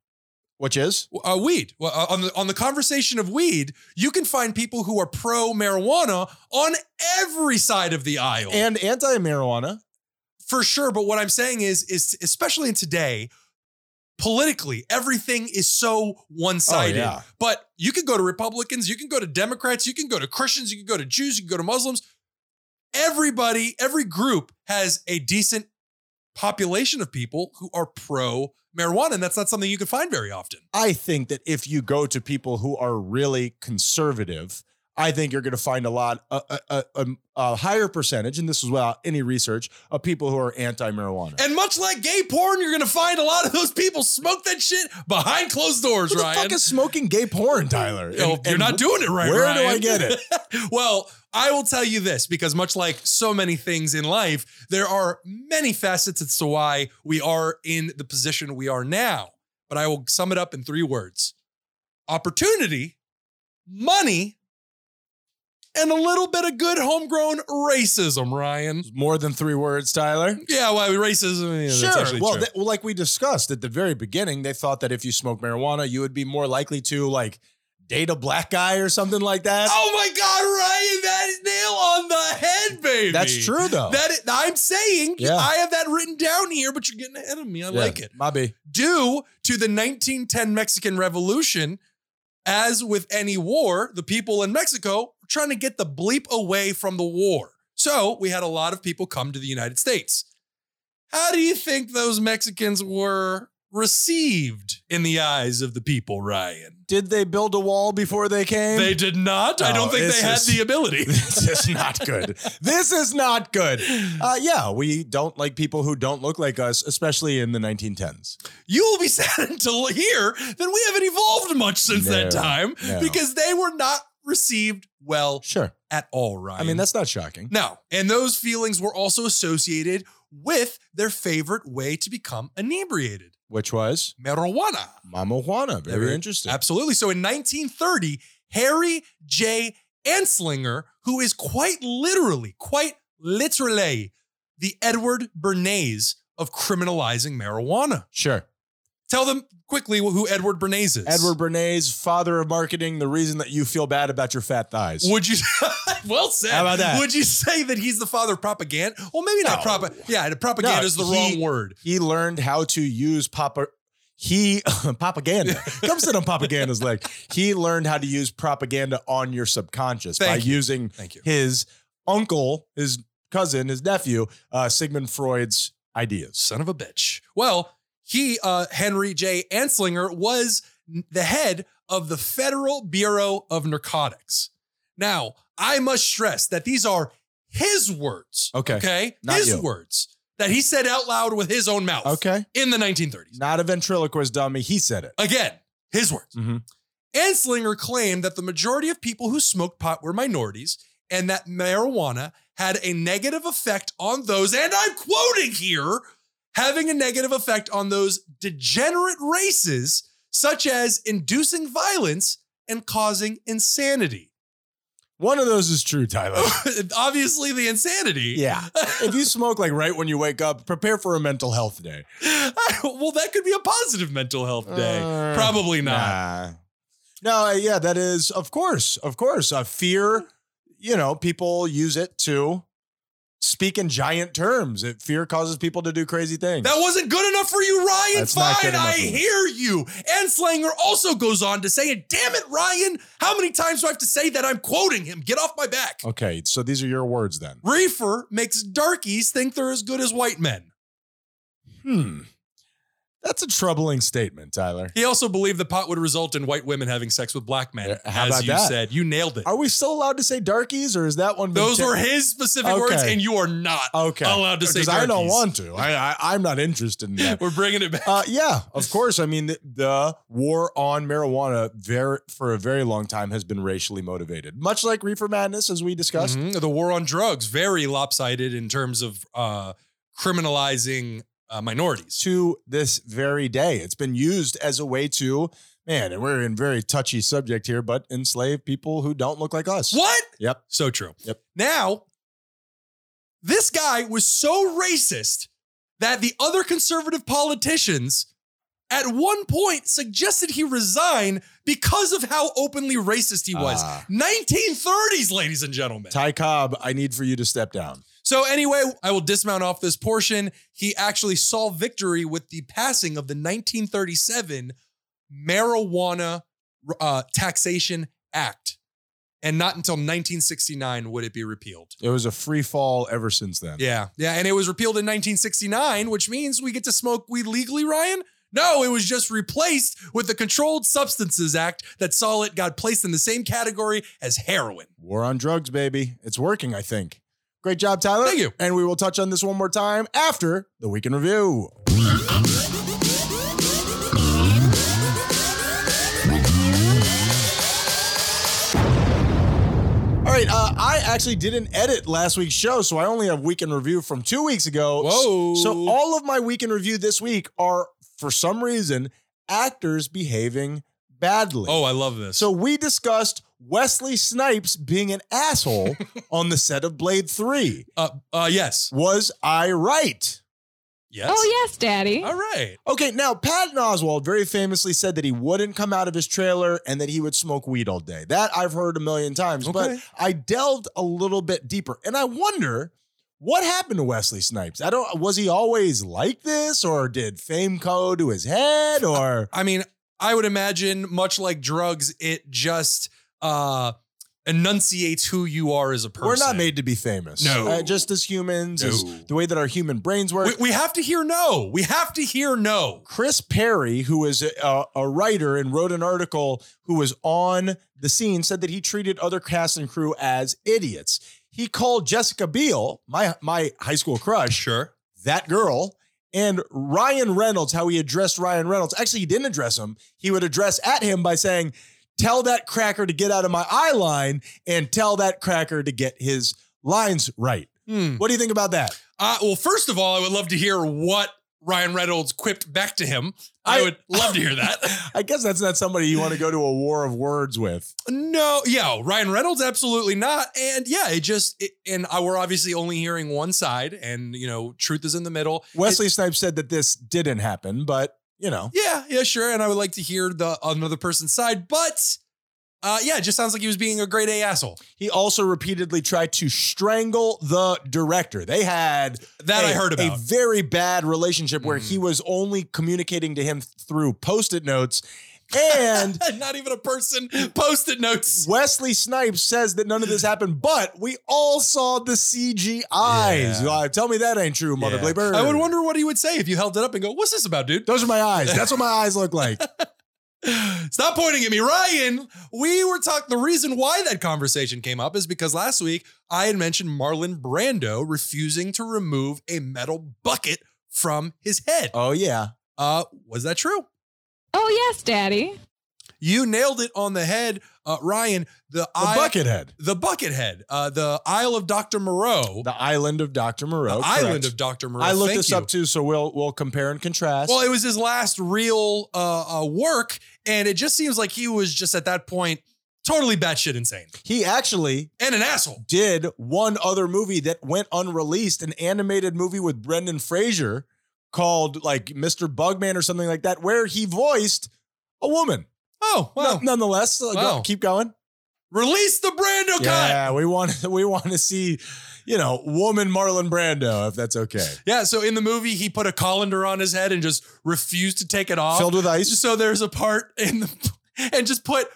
Which is
uh, weed. Well, uh, on the on the conversation of weed, you can find people who are pro marijuana on every side of the aisle,
and anti-marijuana. Oh,
for sure. But what I'm saying is, is especially in today, politically, everything is so one sided.
Oh, yeah.
But you can go to Republicans, you can go to Democrats, you can go to Christians, you can go to Jews, you can go to Muslims. Everybody, every group has a decent population of people who are pro marijuana, and that's not something you can find very often.
I think that if you go to people who are really conservative, I think you're going to find a lot a, a, a- a- a higher percentage, and this is without any research, of people who are anti-marijuana.
And much like gay porn, you're gonna find a lot of those people smoke that shit behind closed doors,
Who the
Ryan.
fuck is smoking gay porn, Tyler?
Yo,
And-
you're
and
not doing it right.
where do
Ryan.
I get it?
well, I will tell you this because much like so many things in life, there are many facets as to why we are in the position we are now. But I will sum it up in three words: opportunity, money, and a little bit of good homegrown racism, Ryan.
more than three words, Tyler.
Yeah, well, racism. Yeah, That's actually
Well,
true.
th- well, like we discussed at the very beginning, they thought that if you smoke marijuana, you would be more likely to like date a black guy or something like that.
Oh my God, Ryan, that is nail on the head, baby.
That's true, though.
That is, I'm saying
Yeah.
I have that written down here, but you're getting ahead of me. I
Yeah,
like it.
might be.
Due to the 1910 Mexican Revolution, as with any war, the people in Mexico were trying to get the bleep away from the war. So we had a lot of people come to the United States. How do you think those Mexicans were received in the eyes of the people, Ryan?
Did they build a wall before they came?
They did not. I
Oh,
don't think
this
they had
is-
the ability.
this is not good. This is not good. Uh, yeah, we don't like people who don't look like us, especially in the 1910s.
You will be saddened to hear that we haven't evolved much since that
No,
time
no.
because they were not received well
Sure.
at all, Ryan.
I mean, that's not shocking.
no. And those feelings were also associated with their favorite way to become inebriated
Which was
marijuana.
Mama Juana. Very
Very-
interesting.
Absolutely. So in 1930, Harry J. Anslinger, who is quite literally, quite literally the Edward Bernays of criminalizing marijuana.
Sure.
Tell them quickly who Edward Bernays is.
Edward Bernays, father of marketing, the reason that you feel bad about your fat thighs.
Would you well said?
How about that?
Would you say that he's the father of propaganda? Well, maybe not
No.
propaganda. Yeah, the propaganda
No,
is the
he-
wrong word.
he learned how to use papa he propaganda come sit on propaganda's leg he learned how to use propaganda on your subconscious by
Thank you.
using
Thank you.
his uncle his cousin his nephew uh, sigmund freud's ideas
Son of a bitch. Well, he uh, Henry J. Anslinger was n- the head of the Federal Bureau of Narcotics. Now, I must stress that these are his words.
Okay.
Okay.
Not
his
you.
words that he said out loud with his own mouth
Okay.
in the 1930s.
Not a ventriloquist dummy. He said it.
Again, his words.
Mhm.
Anslinger claimed that the majority of people who smoked pot were minorities and that marijuana had a negative effect on those, and I'm quoting here, having a negative effect on those degenerate races, such as inducing violence and causing insanity.
One of those is true, Tyler.
Obviously, the insanity.
yeah. if you smoke like right when you wake up, prepare for a mental health day.
well, that could be a positive mental health day.
Uh,
Probably
Nah.
not.
No, uh, yeah, that is, of course, of course. Uh, fear, you know, people use it to speak in giant terms. It, fear causes people to do crazy things.
That wasn't good enough for you, Ryan.
That's not good
Fine,
enough
I
for me.
hear you. And Slanger also goes on to say, and damn it, Ryan, how many times do I have to say that I'm quoting him? Get off my back.
okay, so these are your words then.
Reefer makes darkies think they're as good as white men.
Hmm. That's a troubling statement, Tyler.
He also believed the pot would result in white women having sex with black men.
Yeah, how
as
about
you
that?
said, you nailed it.
Are we still allowed to say darkies, or is that one? been
Those
ta-
were his specific
Okay.
words, and you are not.
okay.
allowed to say
Because I don't
darkies.
want to. I, I I'm not interested in that.
We're bringing it back.
Uh, yeah, of course. I mean, the, the war on marijuana very, for a very long time has been racially motivated, much like reefer madness, as we discussed.
Mhm. The war on drugs, very lopsided in terms of uh, criminalizing uh, minorities.
To this very day, it's been used as a way to man, and we're in very touchy subject here, but enslave people who don't look like us.
What?
Yep.
So true.
Yep.
Now, this guy was so racist that the other conservative politicians at one point suggested he resign because of how openly racist he was.
Ah.
1930s, ladies and gentlemen.
Ty Cobb, I need for you to step down.
So anyway, I will dismount off this portion. He actually saw victory with the passing of the 1937 Marijuana uh, Taxation Act, and not until 1969 would it be repealed.
It was a free fall ever since then.
Yeah, yeah, and it was repealed in 1969, which means we get to smoke weed legally, Ryan. No, it was just replaced with the Controlled Substances Act that saw it got placed in the same category as heroin.
War on drugs, baby. It's working, I think. Great job, Tyler.
Thank you.
And we will touch on this one more time after the week in review. All right, uh, I actually didn't edit last week's show, so I only have week in review from two weeks ago.
Whoa.
So all of my week in review this week are, for some reason, actors behaving badly.
Oh, I love this.
So we discussed Wesley Snipes being an asshole on the set of Blade 3.
uh, uh, yes,
Was I right?
yes.
Oh, yes, Daddy.
All right.
Okay, now Patton Oswald very famously said that he wouldn't come out of his trailer and that he would smoke weed all day. That I've heard a million times, but
Okay.
I delved a little bit deeper and I wonder what happened to Wesley Snipes? I don't was he always like this or did fame go to his head or
I mean, I would imagine much like drugs, it just uh enunciates who you are as a person.
we're not made to be famous.
No.
Uh, just as humans, as
No.
the way that our human brains work.
We, we have to hear no. We have to hear no.
Chris Perry, who is a, a writer and wrote an article who was on the scene, said that he treated other cast and crew as idiots. He called Jessica Biel, my my high school crush,
Sure.
that girl, and Ryan Reynolds, how he addressed Ryan Reynolds. Actually, he didn't address him. He would address at him by saying, "Tell that cracker to get out of my eye line, and tell that cracker to get his lines right."
Hmm.
What do you think about that?
Uh, well, first of all, I would love to hear what Ryan Reynolds quipped back to him. I,
I-
would love to hear that.
I guess that's not somebody you want to go to a war of words with.
no, yeah, Ryan Reynolds, absolutely not. And yeah, it just, it, and I, we're obviously only hearing one side, and you know, truth is in the middle.
Wesley Snipes said that this didn't happen, but you know,
Yeah, yeah, sure. And I would like to hear the another person's side, but uh, yeah, it just sounds like he was being a great A asshole.
he also repeatedly tried to strangle the director. They had
That
I
I heard
a
about.
very bad relationship where
Mhm.
he was only communicating to him through post-it notes. And
Not even a person. Post-it notes.
Wesley Snipes says that none of this happened, but we all saw the CGIs.
Yeah.
Uh, tell me that ain't true, Mother
Yeah.
Blaber.
I would wonder what he would say if you held it up and go, "What's this about, dude?"
Those are my eyes. That's what my eyes look like.
Stop pointing at me, Ryan. We were talking. The reason why that conversation came up is because last week I had mentioned Marlon Brando refusing to remove a metal bucket from his head.
Oh yeah.
Uh, was that true?
Oh, yes, Daddy.
You nailed it on the head, uh, Ryan. The,
The
I-
Buckethead.
the bucket head, uh, the Isle of Doctor Moreau,
The island of Dr. Moreau.
the
correct.
island of Doctor Moreau.
I looked
Thank
this
you.
up too, so we'll we'll compare and contrast.
Well, it was his last real uh, uh, work, and it just seems like he was just at that point totally batshit insane
he actually
and an asshole.
did one other movie that went unreleased, an animated movie with Brendan Fraser called like Mr. Bugman or something like that, where he voiced a woman.
Oh
N-
wow!
nonetheless, uh, go-
Wow.
keep going.
Release the
Oh,
Brando cut.
Yeah, we want we want to see, you know, woman Marlon Brando, if that's okay.
Yeah. So in the movie, he put a colander on his head and just refused to take it off.
Filled with ice.
so there's a part in the and just put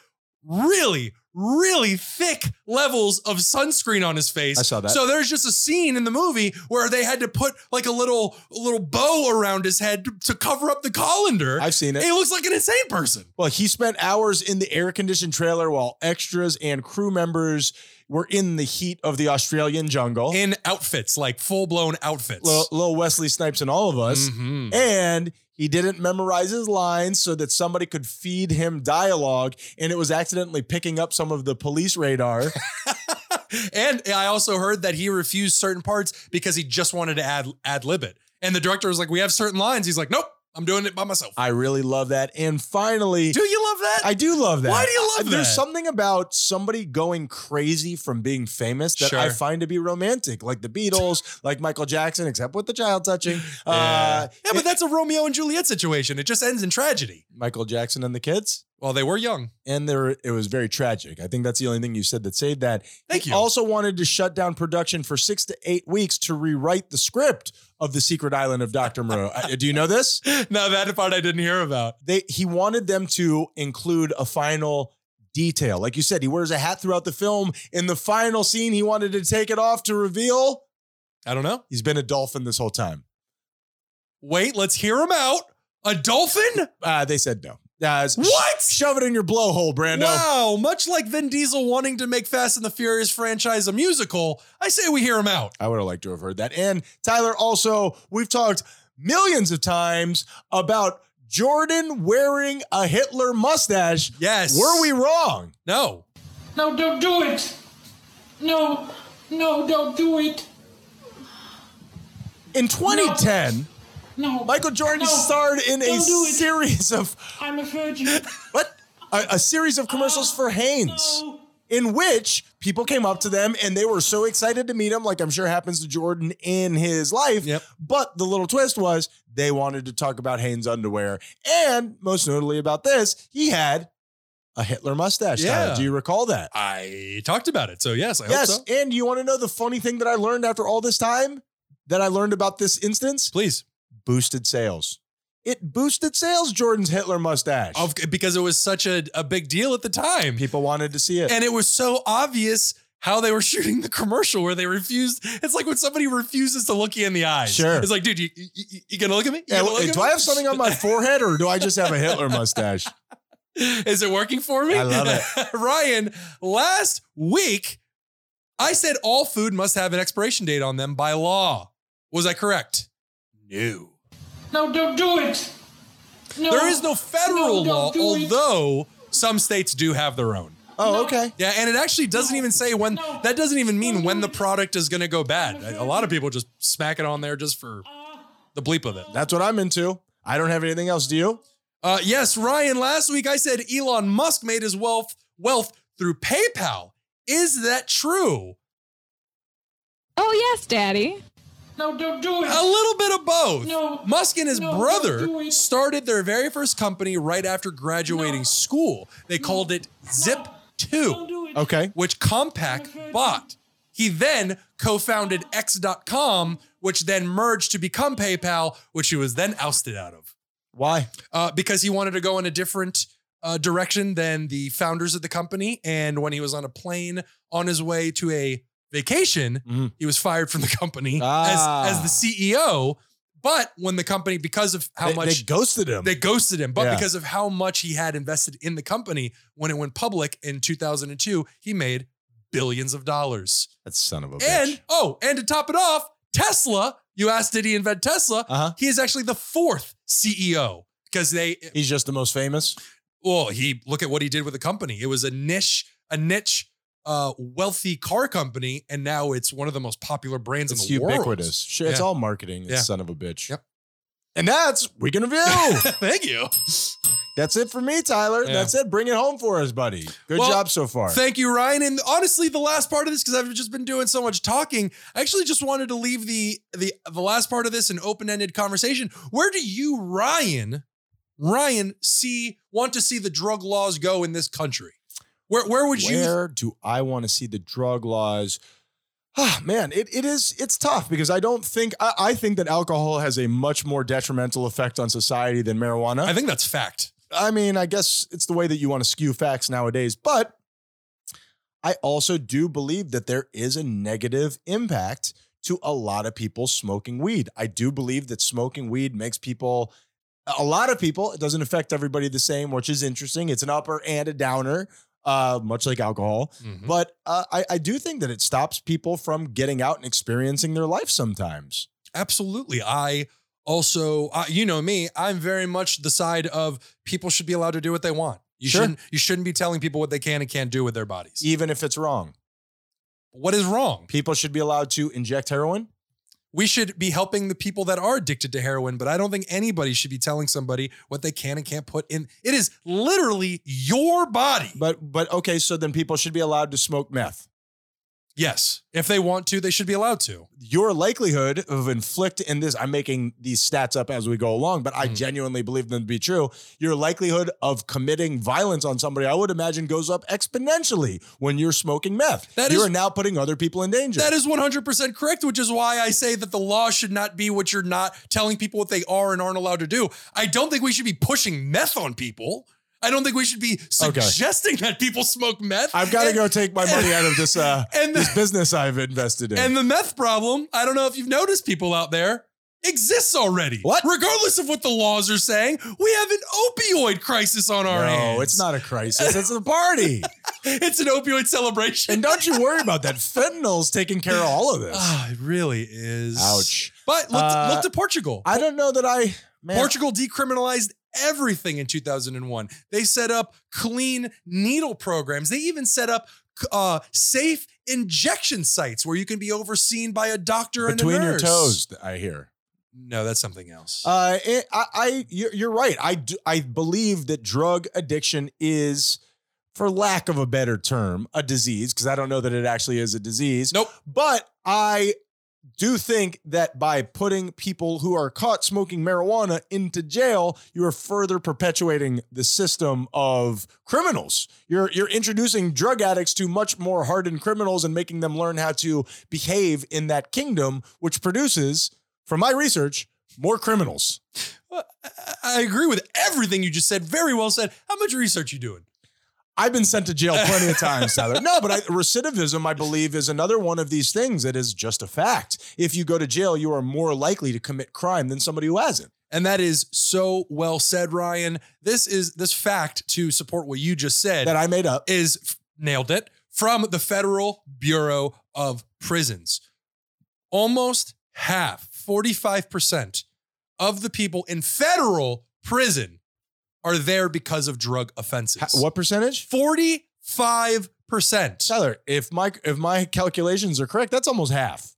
really really thick levels of sunscreen on his face
I saw that.
so there's just a scene in the movie where they had to put like a little a little bow around his head to, to cover up the colander
I've seen it.
he looks like an insane person
Well, he spent hours in the air conditioned trailer while extras and crew members were in the heat of the Australian jungle.
in outfits like full-blown outfits
Little, little Wesley Snipes and all of us.
Mhm.
And he didn't memorize his lines so that somebody could feed him dialogue. And it was accidentally picking up some of the police radar.
and I also heard that he refused certain parts because he just wanted to ad ad lib it. And the director was like, "We have certain lines." He's like, "Nope, I'm doing it by myself."
I really love that. And finally,
Do you love that?
I do love that.
Why do you love
There's
that?
something about somebody going crazy from being famous that I
Sure.
find to be romantic, like the Beatles, like Michael Jackson, except with the child touching.
yeah.
Uh,
yeah, but that's a Romeo and Juliet situation. It just ends in tragedy.
Michael Jackson and the kids.
Well, they were young.
And there, it was very tragic. I think that's the only thing you said that saved that.
Thank
He
you.
Also wanted to shut down production for six to eight weeks to rewrite the script of the Secret Island of Doctor Moreau. Uh, do you know this?
Now that part I didn't hear about.
They he wanted them to include a final detail, like you said. He wears a hat throughout the film. In the final scene, he wanted to take it off to reveal
I don't know.
he's been a dolphin this whole time.
Wait, let's hear him out. A dolphin?
Uh, they said no. Uh, sh-
What?
Shove it in your blowhole, Brando.
Wow, much like Vin Diesel wanting to make Fast and the Furious franchise a musical, I say we hear him out.
I would have liked to have heard that. And Tyler, also, we've talked millions of times about Jordan wearing a Hitler mustache.
Yes.
Were we wrong?
No.
No, don't do it. No, no, don't do it.
In 2010,
No,
Michael Jordan
No.
starred in a
Don't do it.
series of
I'm a virgin.
what? A, a series of commercials for Hanes.
No.
In which people came up to them and they were so excited to meet him, like I'm sure happens to Jordan in his life.
Yep.
But the little twist was they wanted to talk about Hanes underwear. And most notably about this, he had a Hitler mustache. Tyler.
Yeah.
Do you recall that?
I talked about it. So yes, I
yes.
hope so.
And you want to know the funny thing that I learned after all this time that I learned about this instance?
Please.
Boosted sales. It boosted sales, Jordan's Hitler mustache.
Of, because it was such a, a big deal at the time.
People wanted to see it.
And it was so obvious how they were shooting the commercial where they refused. It's like when somebody refuses to look you in the eyes.
Sure.
It's like, dude, you, you, you- you gonna look at me? You
Yeah,
gonna look
wait,
at
do
me?
I have something on my forehead or do I just have a Hitler mustache?
Is it working for me?
I love it.
Ryan, last week, I said all food must have an expiration date on them by law. Was I correct? No.
No, don't do it. No.
There is no federal
No, don't
law,
do it.
although some states do have their own.
Oh, okay.
Yeah, and it actually doesn't even say when.
No.
That doesn't even mean
No,
when
no.
the product is going to go bad. A a lot of people just smack it on there just for
Uh,
the bleep of it.
That's what I'm into. I don't have anything else. Do you?
Uh, yes, Ryan. Last week I said Elon Musk made his wealth wealth through PayPal. Is that true?
Oh, yes, Daddy.
No, don't do it.
A little bit of both.
No.
Musk and his
No, don't do
brother
it.
started their very first company right after graduating
No.
school. They called it Zip2.
Don't do it.
Okay.
which Compaq bought. He then co founded X.com, which then merged to become PayPal, which he was then ousted out of
Why?
uh, because he wanted to go in a different uh, direction than the founders of the company. And when he was on a plane on his way to a vacation,
Mhm.
he was fired from the company
Ah.
as, as the CEO. But when the company, because of how
they,
much
they ghosted him.
they ghosted him, but
Um, Yeah.
because of how much he had invested in the company when it went public in 2002, he made billions of dollars.
that son of a
And
bitch.
oh, and to top it off, Tesla, you asked, did he invent Tesla?
Uh huh.
He is actually the fourth CEO because they,
He's just the most famous.
well, he look at what he did with the company. It was a niche, a niche, uh, wealthy car company, and now it's one of the most popular brands
It's
in the
ubiquitous.
world.
Shit, it's
Yeah.
all marketing. It's
Yeah.
son of a bitch.
Yep.
And that's we can review.
Thank you.
that's it for me, Tyler.
Yeah.
That's it. Bring it home for us, buddy. Good
Well,
job so far.
Thank you, Ryan. And honestly, the last part of this, because I've just been doing so much talking, I actually just wanted to leave the the the last part of this an open ended conversation. Where do you, Ryan, Ryan, see want to see the drug laws go in this country? Where where would you?
Where do I want to see the drug laws? Ah, man, it, it is it's tough because I don't think I, I think that alcohol has a much more detrimental effect on society than marijuana.
I think that's fact.
I mean, I guess it's the way that you want to skew facts nowadays, but I also do believe that there is a negative impact to a lot of people smoking weed. I do believe that smoking weed makes people a lot of people, it doesn't affect everybody the same, which is interesting. It's an upper and a downer, uh, much like alcohol.
Mhm.
But uh, I, I do think that it stops people from getting out and experiencing their life sometimes.
Absolutely. I also, I, you know me, I'm very much the side of people should be allowed to do what they want. You
Sure.
shouldn't you shouldn't be telling people what they can and can't do with their bodies.
Even if it's wrong,
What is wrong?
people should be allowed to inject heroin.
we should be helping the people that are addicted to heroin, but I don't think anybody should be telling somebody what they can and can't put in. It is literally your body.
But but okay, so then people should be allowed to smoke meth.
yes, if they want to, they should be allowed to.
Your likelihood of inflicting this, I'm making these stats up as we go along, but I
Mhm.
genuinely believe them to be true. Your likelihood of committing violence on somebody, I would imagine, goes up exponentially when you're smoking meth.
That
you
is-
are now putting other people in danger.
That is 100% correct, which is why I say that the law should not be what you're not telling people what they are and aren't allowed to do. I don't think we should be pushing meth on people. I don't think we should be
Okay.
suggesting that people smoke meth.
I've got to
And-
go take my money out of this uh,
And the-
this business I've invested in.
And the meth problem, I don't know if you've noticed people out there, exists already.
What?
Regardless of what the laws are saying, we have an opioid crisis on our hands.
no, it's not a crisis. It's a party.
It's an opioid celebration.
and don't you worry about that. Fentanyl's taking care of all of this.
Ah, it really is.
Ouch.
But look,
Uh,
look to Portugal.
I don't know that I. Man,
Portugal decriminalized everything in 2001. They set up clean needle programs. They even set up uh, safe injection sites where you can be overseen by a doctor
between
and a
your
nurse.
toes, I hear.
No, that's something else.
Uh, it, I, I you're, you're right. I do, I believe that drug addiction is, for lack of a better term, a disease because I don't know that it actually is a disease.
Nope.
But I do think that by putting people who are caught smoking marijuana into jail, you are further perpetuating the system of criminals. You're you're introducing drug addicts to much more hardened criminals and making them learn how to behave in that kingdom, which produces, from my research, more criminals.
Well, I- I agree with everything you just said. Very well said. How much research you doing?
I've been sent to jail plenty of times, Tyler. No, but I, recidivism, I believe, is another one of these things that is just a fact. If you go to jail, you are more likely to commit crime than somebody who hasn't.
And that is so well said, Ryan. This is this fact to support what you just said
That I made up.
is f- nailed it from the Federal Bureau of Prisons. Almost half, 45% of the people in federal prison are there because of drug offenses.
Ha- What percentage?
45%.
Tyler, if my if my calculations are correct, that's almost half.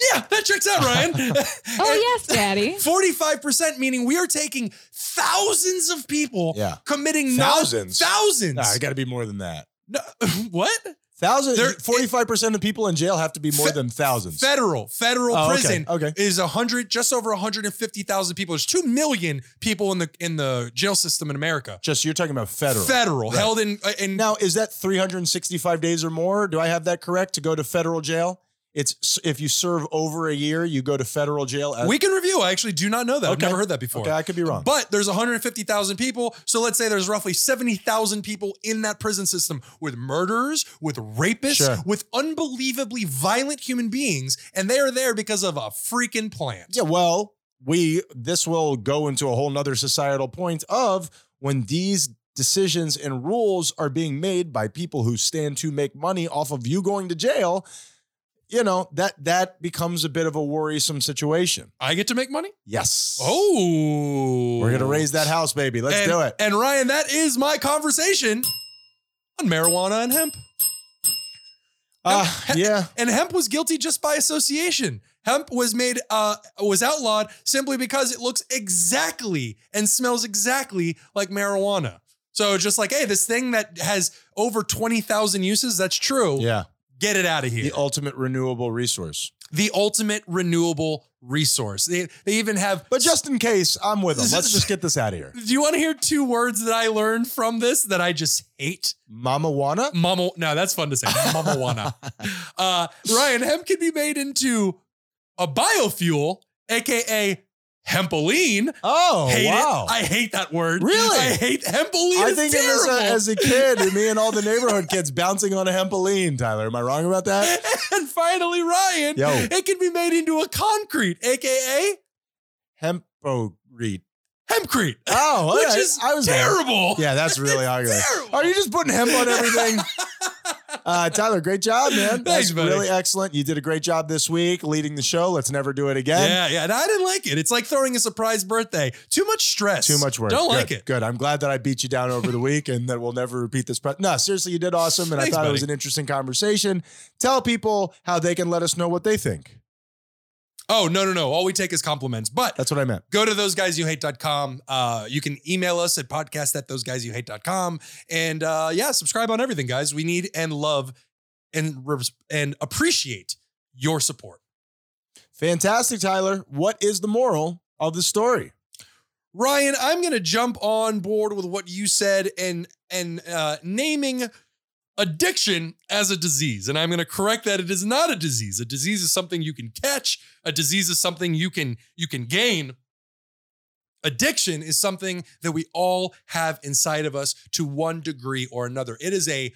Yeah, that checks out, Ryan.
Oh, yes, Daddy.
45% meaning we are taking thousands of people
Yeah.
committing
Thousands?
thousands thousands
Nah, I got to be more than that.
No, what
Thousand,
There-
45% of people in jail have to be more
Fe-
than thousands.
federal federal
Oh, okay,
prison
okay.
is 100 just over 150,000 people there's 2 million people in the in the jail system in America
Just you're talking about federal. Right.
held in in
Now, is that 365 days or more? Do I have that correct to go to federal jail? It's if you serve over a year, you go to federal jail. as-
We can review. I actually do not know that. I've
Okay.
never heard that before.
okay, I could be wrong.
But there's 150,000 people. So let's say there's roughly 70,000 people in that prison system with murderers, with rapists,
Sure.
with unbelievably violent human beings. And they are there because of a freaking plant.
Yeah, well, we this will go into a whole nother societal point of when these decisions and rules are being made by people who stand to make money off of you going to jail, you know, that that becomes a bit of a worrisome situation.
I get to make money?
Yes.
Oh.
We're gonna raise that house, baby. Let's
and,
do it.
And Ryan, that is my conversation on marijuana and hemp.
Ah, yeah.
and hemp was guilty just by association. Hemp was made uh, was outlawed simply because it looks exactly and smells exactly like marijuana. So it's just like, hey, this thing that has over twenty thousand uses, that's true.
Yeah.
Get it out of here.
The ultimate renewable resource.
The ultimate renewable resource. They they even have.
But just in case, I'm with them. Let's just get this out of here.
do you want to hear two words that I learned from this that I just hate?
Mama wanna?
Mama, no, that's fun to say. Mama wanna. Uh, Ryan, hemp can be made into a biofuel, aka hempoline.
Oh
hate
wow.
it. I hate that word.
Really?
I hate hempoline.
I
It's
think of as
terrible.
a, as a kid, me and all the neighborhood kids bouncing on a hempoline. Tyler, am I wrong about that?
and finally, Ryan,
Yo.
it can be made into a concrete, aka
Hemporeed.
hempcrete,
Oh,
which
alright.
is
I was there.
terrible.
Yeah, that's really arguing.
terrible.
Are you just putting hemp on everything? Uh, Tyler, great job, man.
Thanks,
that's
buddy.
really excellent. You did a great job this week leading the show. Let's never do it again.
Yeah, yeah. And I didn't like it. It's like throwing a surprise birthday. Too much stress.
Too much work.
Don't
Good,
like it.
Good. I'm glad that I beat you down over the week and that we'll never repeat this. Pre- no, seriously, you did awesome. And
Thanks,
I thought it was
buddy.
an interesting conversation. Tell people how they can let us know what they think.
Oh, no, no, no. All we take is compliments. But
That's what I meant.
go to thoseguysyouhate.com. Uh, you can email us at podcast at thoseguysyouhate.com. And uh, yeah, subscribe on everything, guys. We need and love and, res- and appreciate your support.
Fantastic, Tyler. What is the moral of the story?
Ryan, I'm going to jump on board with what you said and and uh, naming addiction as a disease. And I'm going to correct that it is not a disease. A disease is something you can catch. A disease is something you can you can gain. Addiction is something that we all have inside of us to one degree or another. It is a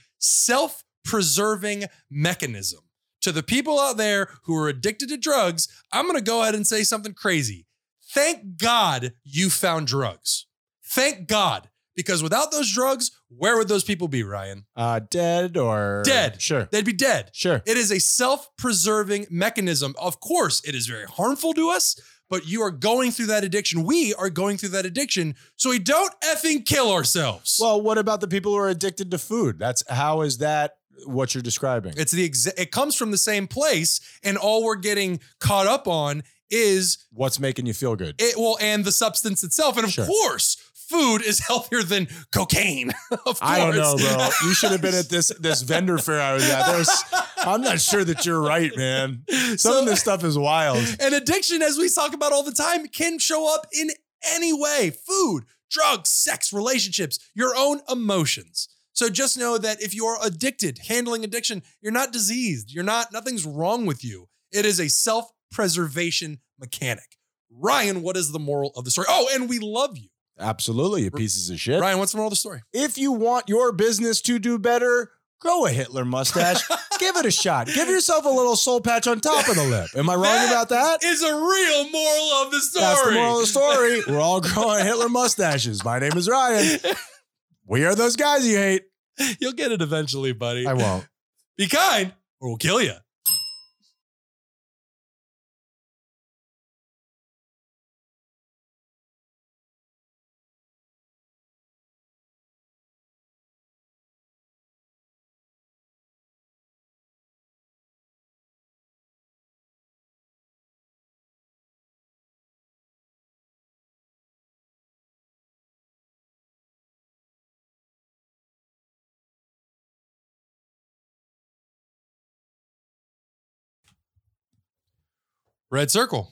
self-preserving mechanism. To the people out there who are addicted to drugs, I'm going to go ahead and say something crazy thank God you found drugs. Thank God. Because without those drugs, where would those people be, Ryan?
Uh, dead or
Dead.
Sure,
They'd be dead.
sure.
It is a self preserving mechanism. Of course, it is very harmful to us, but you are going through that addiction. We are going through that addiction. So we don't effing kill ourselves.
Well, what about the people who are addicted to food? That's how is that what you're describing?
it's the exa- it comes from the same place, and all we're getting caught up on is
What's making you feel good?
it will and the substance itself. And of
Sure.
course, food is healthier than cocaine. of course.
I don't know, bro. You should have been at this this vendor fair I was at. There's, I'm not sure that you're right, man. Some
So-
of this stuff is wild.
And addiction, as we talk about all the time, can show up in any way food, drugs, sex, relationships, your own emotions. So just know that if you're addicted, handling addiction, you're not diseased. You're not, nothing's wrong with you. It is a self preservation mechanic. Ryan, what is the moral of the story? Oh, and we love you.
Absolutely, you pieces of shit.
Ryan, what's the moral of the story?
If you want your business to do better, grow a Hitler mustache. Give it a shot. Give yourself a little soul patch on top of the lip. Am I wrong about that?
Is a real moral of the story.
That's the moral of the story. We're all growing Hitler mustaches. My name is Ryan. We are those guys you hate.
You'll get it eventually, buddy.
I won't.
Be kind, or we'll kill you. Red circle.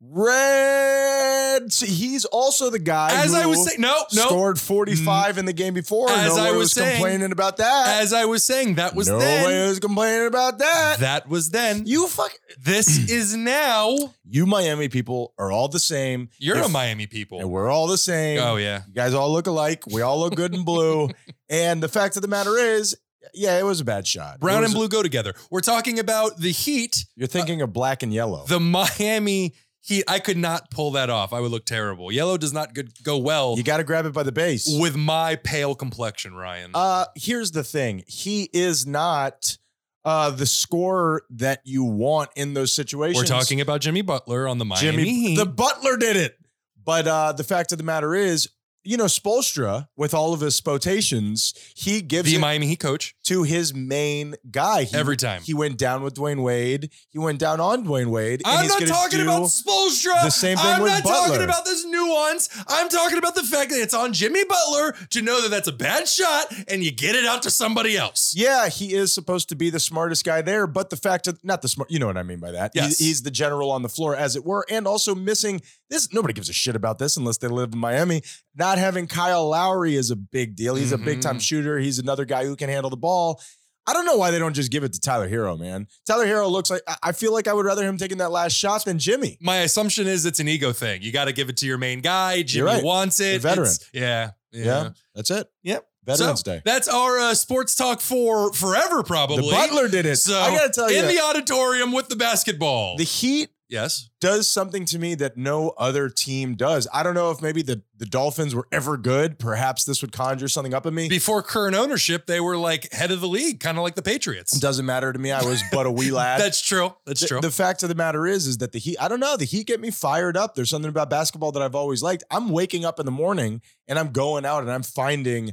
Red said so he's also the guy
As
who
I was saying, no, no.
scored 45 in the game before.
Mm. As
no
I
one
was
was,
saying-
complaining about that.
As I was saying, that was
no
then.
one was complaining about that.
That was then.
you fuck
This is now.
you Miami people are all the same.
You're
If-
a Miami
And
people.
we're all the same.
Oh yeah.
You guys all look alike. We all look good and blue. and the fact of the matter is, yeah, it was a bad shot. It
Brown
was
and
a-
blue go together. We're talking about the Heat,
You're thinking of black and yellow.
the Miami Heat. I could not pull that off. I would look terrible. Yellow does not good, go well
you got to grab it by the base.
with my pale complexion, Ryan.
Uh, here's the thing: he is not uh the scorer that you want in those situations.
We're talking about Jimmy Butler on the Miami
Jimmy.
Heat.
The Butler did it, but uh, the fact of the matter is, you know, Spolstra with all of his spotations, he gives
the
it
Miami Heat coach.
to his main guy he,
Every time.
He went down with Dwayne Wade. He went down on Dwayne Wade. and
I'm
he's
not
gonna
talking
do-
about Spolstra.
the same thing
I'm
with
not
Butler.
talking about this nuance. I'm talking about the fact that it's on Jimmy Butler to know that that's a bad shot and you get it out to somebody else.
Yeah, he is supposed to be the smartest guy there, but the fact of not the smart, you know what I mean by that. He-
Yes.
he's the general on the floor, as it were, and also missing this. Nobody gives a shit about this unless they live in Miami. Not having Kyle Lowry is a big deal. He's a big time
Mhm.
shooter. He's another guy who can handle the ball. I don't know why they don't just give it to Tyler Hero, man. Tyler Hero looks like I- I feel like I would rather him taking that last shot than Jimmy.
My assumption is it's an ego thing. You got to give it to your main guy. Jimmy
right.
wants it.
The veteran.
It's- yeah. Yeah.
Yeah, that's it.
Yep.
Veterans
So,
Day.
That's our uh, sports talk for forever,
The
probably.
Butler did it.
So
I gotta tell you,
in the auditorium with oh, the basketball.
the Heat
yes.
does something to me that no other team does. I don't know if maybe the, the Dolphins were ever good. Perhaps this would conjure something up in me.
Before current ownership, they were like head of the league, kind of like the Patriots.
Doesn't matter to me. I was but a wee lad.
That's true. That's
the,
true.
the fact of the matter is, is that the Heat, I don't know, the Heat get me fired up. There's something about basketball that I've always liked. I'm waking up in the morning and I'm going out and I'm finding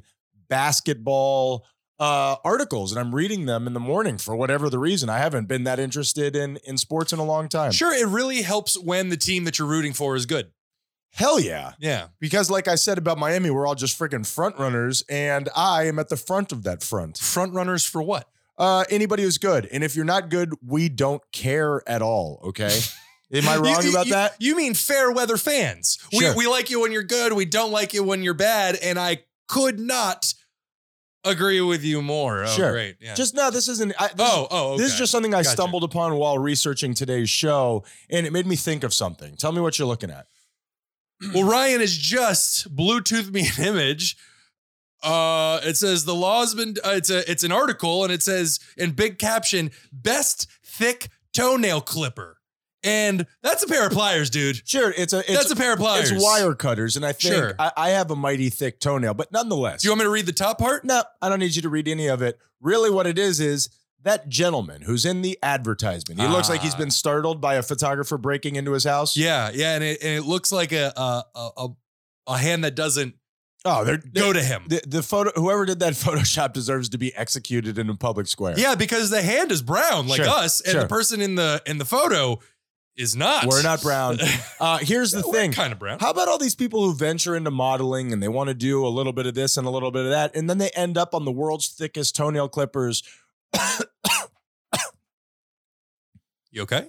basketball uh, articles and I'm reading them in the morning for whatever the reason. I haven't been that interested in, in sports in a long time.
Sure, it really helps when the team that you're rooting for is good.
Hell yeah.
Yeah.
Because, like I said about Miami, we're all just freaking front runners, and I am at the front of that front.
Front runners for what?
Uh, anybody who's good, and if you're not good, we don't care at all. Okay, am I wrong
You- you-
about
you-
that?
You mean fair weather fans.
Sure.
We, we like you when you're good, we don't like you when you're bad, and I could not agree with you more. Oh,
Sure.
great. Yeah.
Just no. This isn't. I, this,
oh, oh, okay.
this is just something I
Gotcha.
stumbled upon while researching today's show, and it made me think of something. Tell me what you're looking at.
Well, Ryan has just Bluetooth me an image. Uh, it says the law's been. Uh, it's a. It's an article, and it says in big caption, "Best thick toenail clipper," and that's a pair of pliers, dude.
Sure, it's a it's,
that's a pair of pliers.
it's wire cutters, and I think
Sure.
I, I have a mighty thick toenail, but nonetheless,
Do you want me to read the top part?
no, I don't need you to read any of it. Really, what it is is that gentleman who's in the advertisement. He looks like he's
Ah.
been startled by a photographer breaking into his house.
Yeah, yeah, and it, and it looks like a a a, a- a hand that doesn't
Oh, they're,
go to him.
the, the photo. Whoever did that Photoshop deserves to be executed in a public square.
Yeah, because the hand is brown like
Sure,
us, and
sure.
the person in the in the photo is not.
we're not brown. Uh, here's the thing.
kind of brown.
How about all these people who venture into modeling and they want to do a little bit of this and a little bit of that, and then they end up on the world's thickest toenail clippers?
You okay?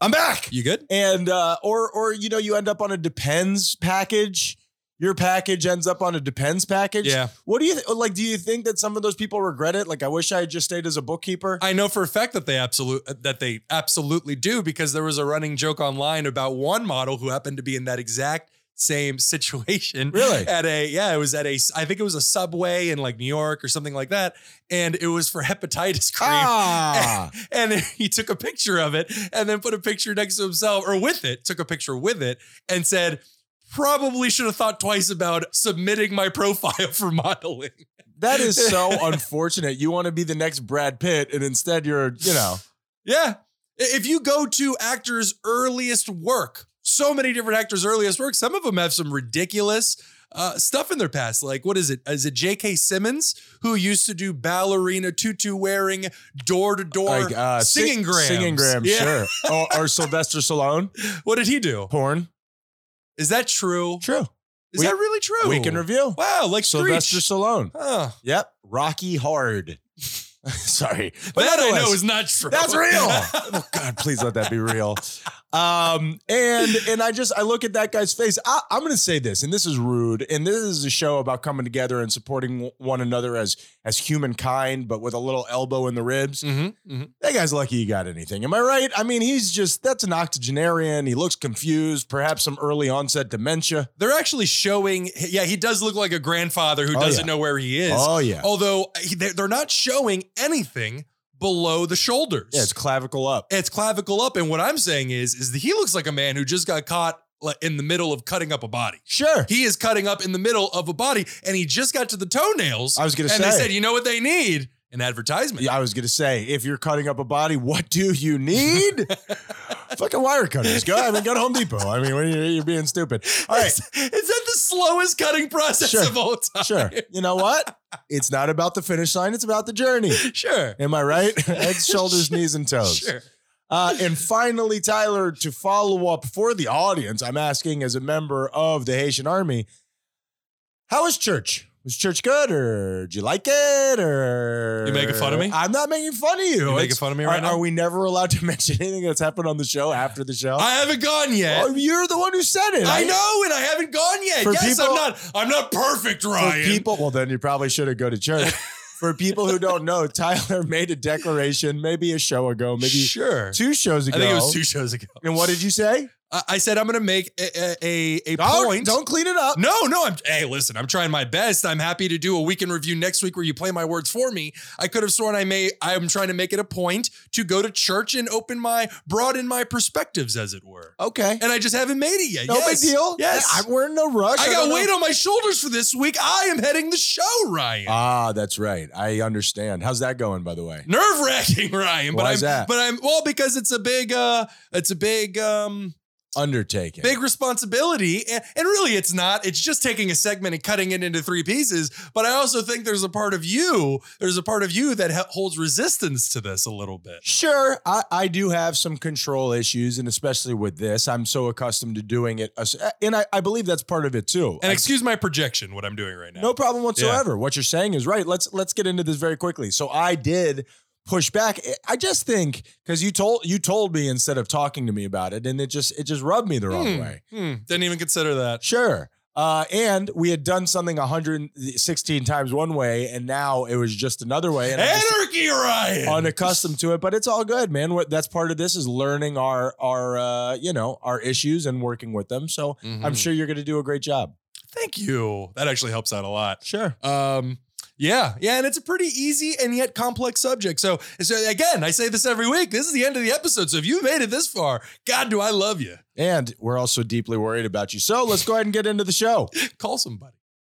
I'm back.
You good?
and uh, or or you know you end up on a depends package your package ends up on a depends package
Yeah.
what do you th- like do you think that some of those people regret it like i wish i had just stayed as a bookkeeper
I know for a fact that they absolute that they absolutely do because there was a running joke online about one model who happened to be in that exact same situation.
Really?
At a yeah, it was at a I think it was a subway in like New York or something like that, and it was for hepatitis cream.
ah
And he took a picture of it and then put a picture next to himself or with it, took a picture with it and said, probably should have thought twice about submitting my profile for modeling.
that is so unfortunate you want to be the next brad pitt and instead you're you know
Yeah. I- If you go to actors' earliest work, so many different actors' earliest work, some of them have some ridiculous uh, stuff in their past. Like, what is it? Is it J.K. Simmons, who used to do ballerina tutu wearing, door to door
like uh si-
singing grams?
singing grams
Yeah.
sure or, or sylvester stallone
What did he do?
porn
Is that true?
true
Is
We-
that really true?
week in review
Wow, like
sylvester
Screech.
stallone
Huh.
yep rocky hard Sorry.
that I
nonetheless,
know is not true.
That's real. oh God, please let that be real. Um, and and I just I look at that guy's face. I, I'm going to say this, and this is rude, and this is a show about coming together and supporting w- one another as as humankind, but with a little elbow in the ribs.
mm-hmm, mm-hmm.
That guy's lucky he got anything. Am I right? I mean, he's just that's an octogenarian. He looks confused, perhaps some early onset dementia.
They're actually showing. Yeah, he does look like a grandfather who
Oh,
doesn't
yeah.
know where he is.
Oh yeah,
Although uh, he- they're they're not showing anything below the shoulders.
yeah, it's clavicle up.
it's clavicle up. And what I'm saying is, is that he looks like a man who just got caught like, in the middle of cutting up a body.
Sure.
He is cutting up in the middle of a body, and he just got to the toenails.
I was gonna
and they
say.
said, you know what they need? An advertisement.
Yeah, I was gonna say, if you're cutting up a body, what do you need? Fucking wire cutters. Go, I mean, go to Home Depot. I mean, what are you- you're being stupid. All right,
Is, is that the slowest cutting process
Sure.
of all time?
sure. You know what? It's not about the finish line; it's about the journey.
Sure.
Am I right? Heads, shoulders, knees, and toes.
Sure.
Uh, and finally, Tyler, to follow up for the audience, I'm asking as a member of the Haitian Army, how was church? Was church good, or did you like it, or
You making fun of me?
I'm not making fun of you.
You making
It's-
fun of me
are,
right now?
are we never allowed to mention anything that's happened on the show after the show?
I haven't gone yet.
Oh, you're the one who said it.
I know, and I haven't gone yet.
For
yes, I'm
people-
not. I'm not perfect,
For
Ryan.
people, well, then you probably shouldn't go to church. For people who don't know, Tyler made a declaration maybe a show ago, maybe
sure.
two shows
I
ago.
think it was two shows ago.
And what did you say?
I, I said I'm going to make a a, a, a
Don't-
point.
don't clean it up.
No, no. I'm, hey, listen, I'm trying my best. I'm happy to do a weekend review next week where you play my words for me. I could have sworn I may. I'm trying to make it a point to go to church and open my, broaden my perspectives, as it were.
Okay.
And I just haven't made it yet.
No
Yes.
big deal.
Yes.
I, we're in no rush.
I
don't
got
know.
weight on my shoulders for this week. I am heading the show, Ryan.
Ah, that's right. I understand. How's that going, by the way?
Nerve wracking, Ryan. But
Why
I'm,
is that?
but I'm well because it's a big, uh, it's a big, um,
Undertaking.
big responsibility and, and really it's not it's just taking a segment and cutting it into three pieces but i also think there's a part of you there's a part of you that ha- holds resistance to this a little bit
Sure, I, I do have some control issues, and especially with this, I'm so accustomed to doing it, as- and I, I believe that's part of it too.
and
I-
excuse my projection what i'm doing right now
No problem whatsoever. What you're saying is right. Let's let's get into this very quickly. So I did push back. I just think because you told you told me instead of talking to me about it, and it just it just rubbed me the wrong
Hmm,
way.
hmm, didn't even consider that
Sure. Uh, and we had done something 116 times one way, and now it was just another way. And I'm just
anarchy ryan
unaccustomed to it, but it's all good, man. What that's part of this is learning our our uh, you know our issues and working with them. So
Mhm.
I'm sure you're going to do a great job.
thank you that actually helps out a lot
Sure.
Um, yeah, yeah, and it's a pretty easy and yet complex subject. So, so again, I say this every week. This is the end of the episode. So if you made it this far, God, do I love you.
And we're also deeply worried about you. So let's go ahead and get into the show.
Call somebody.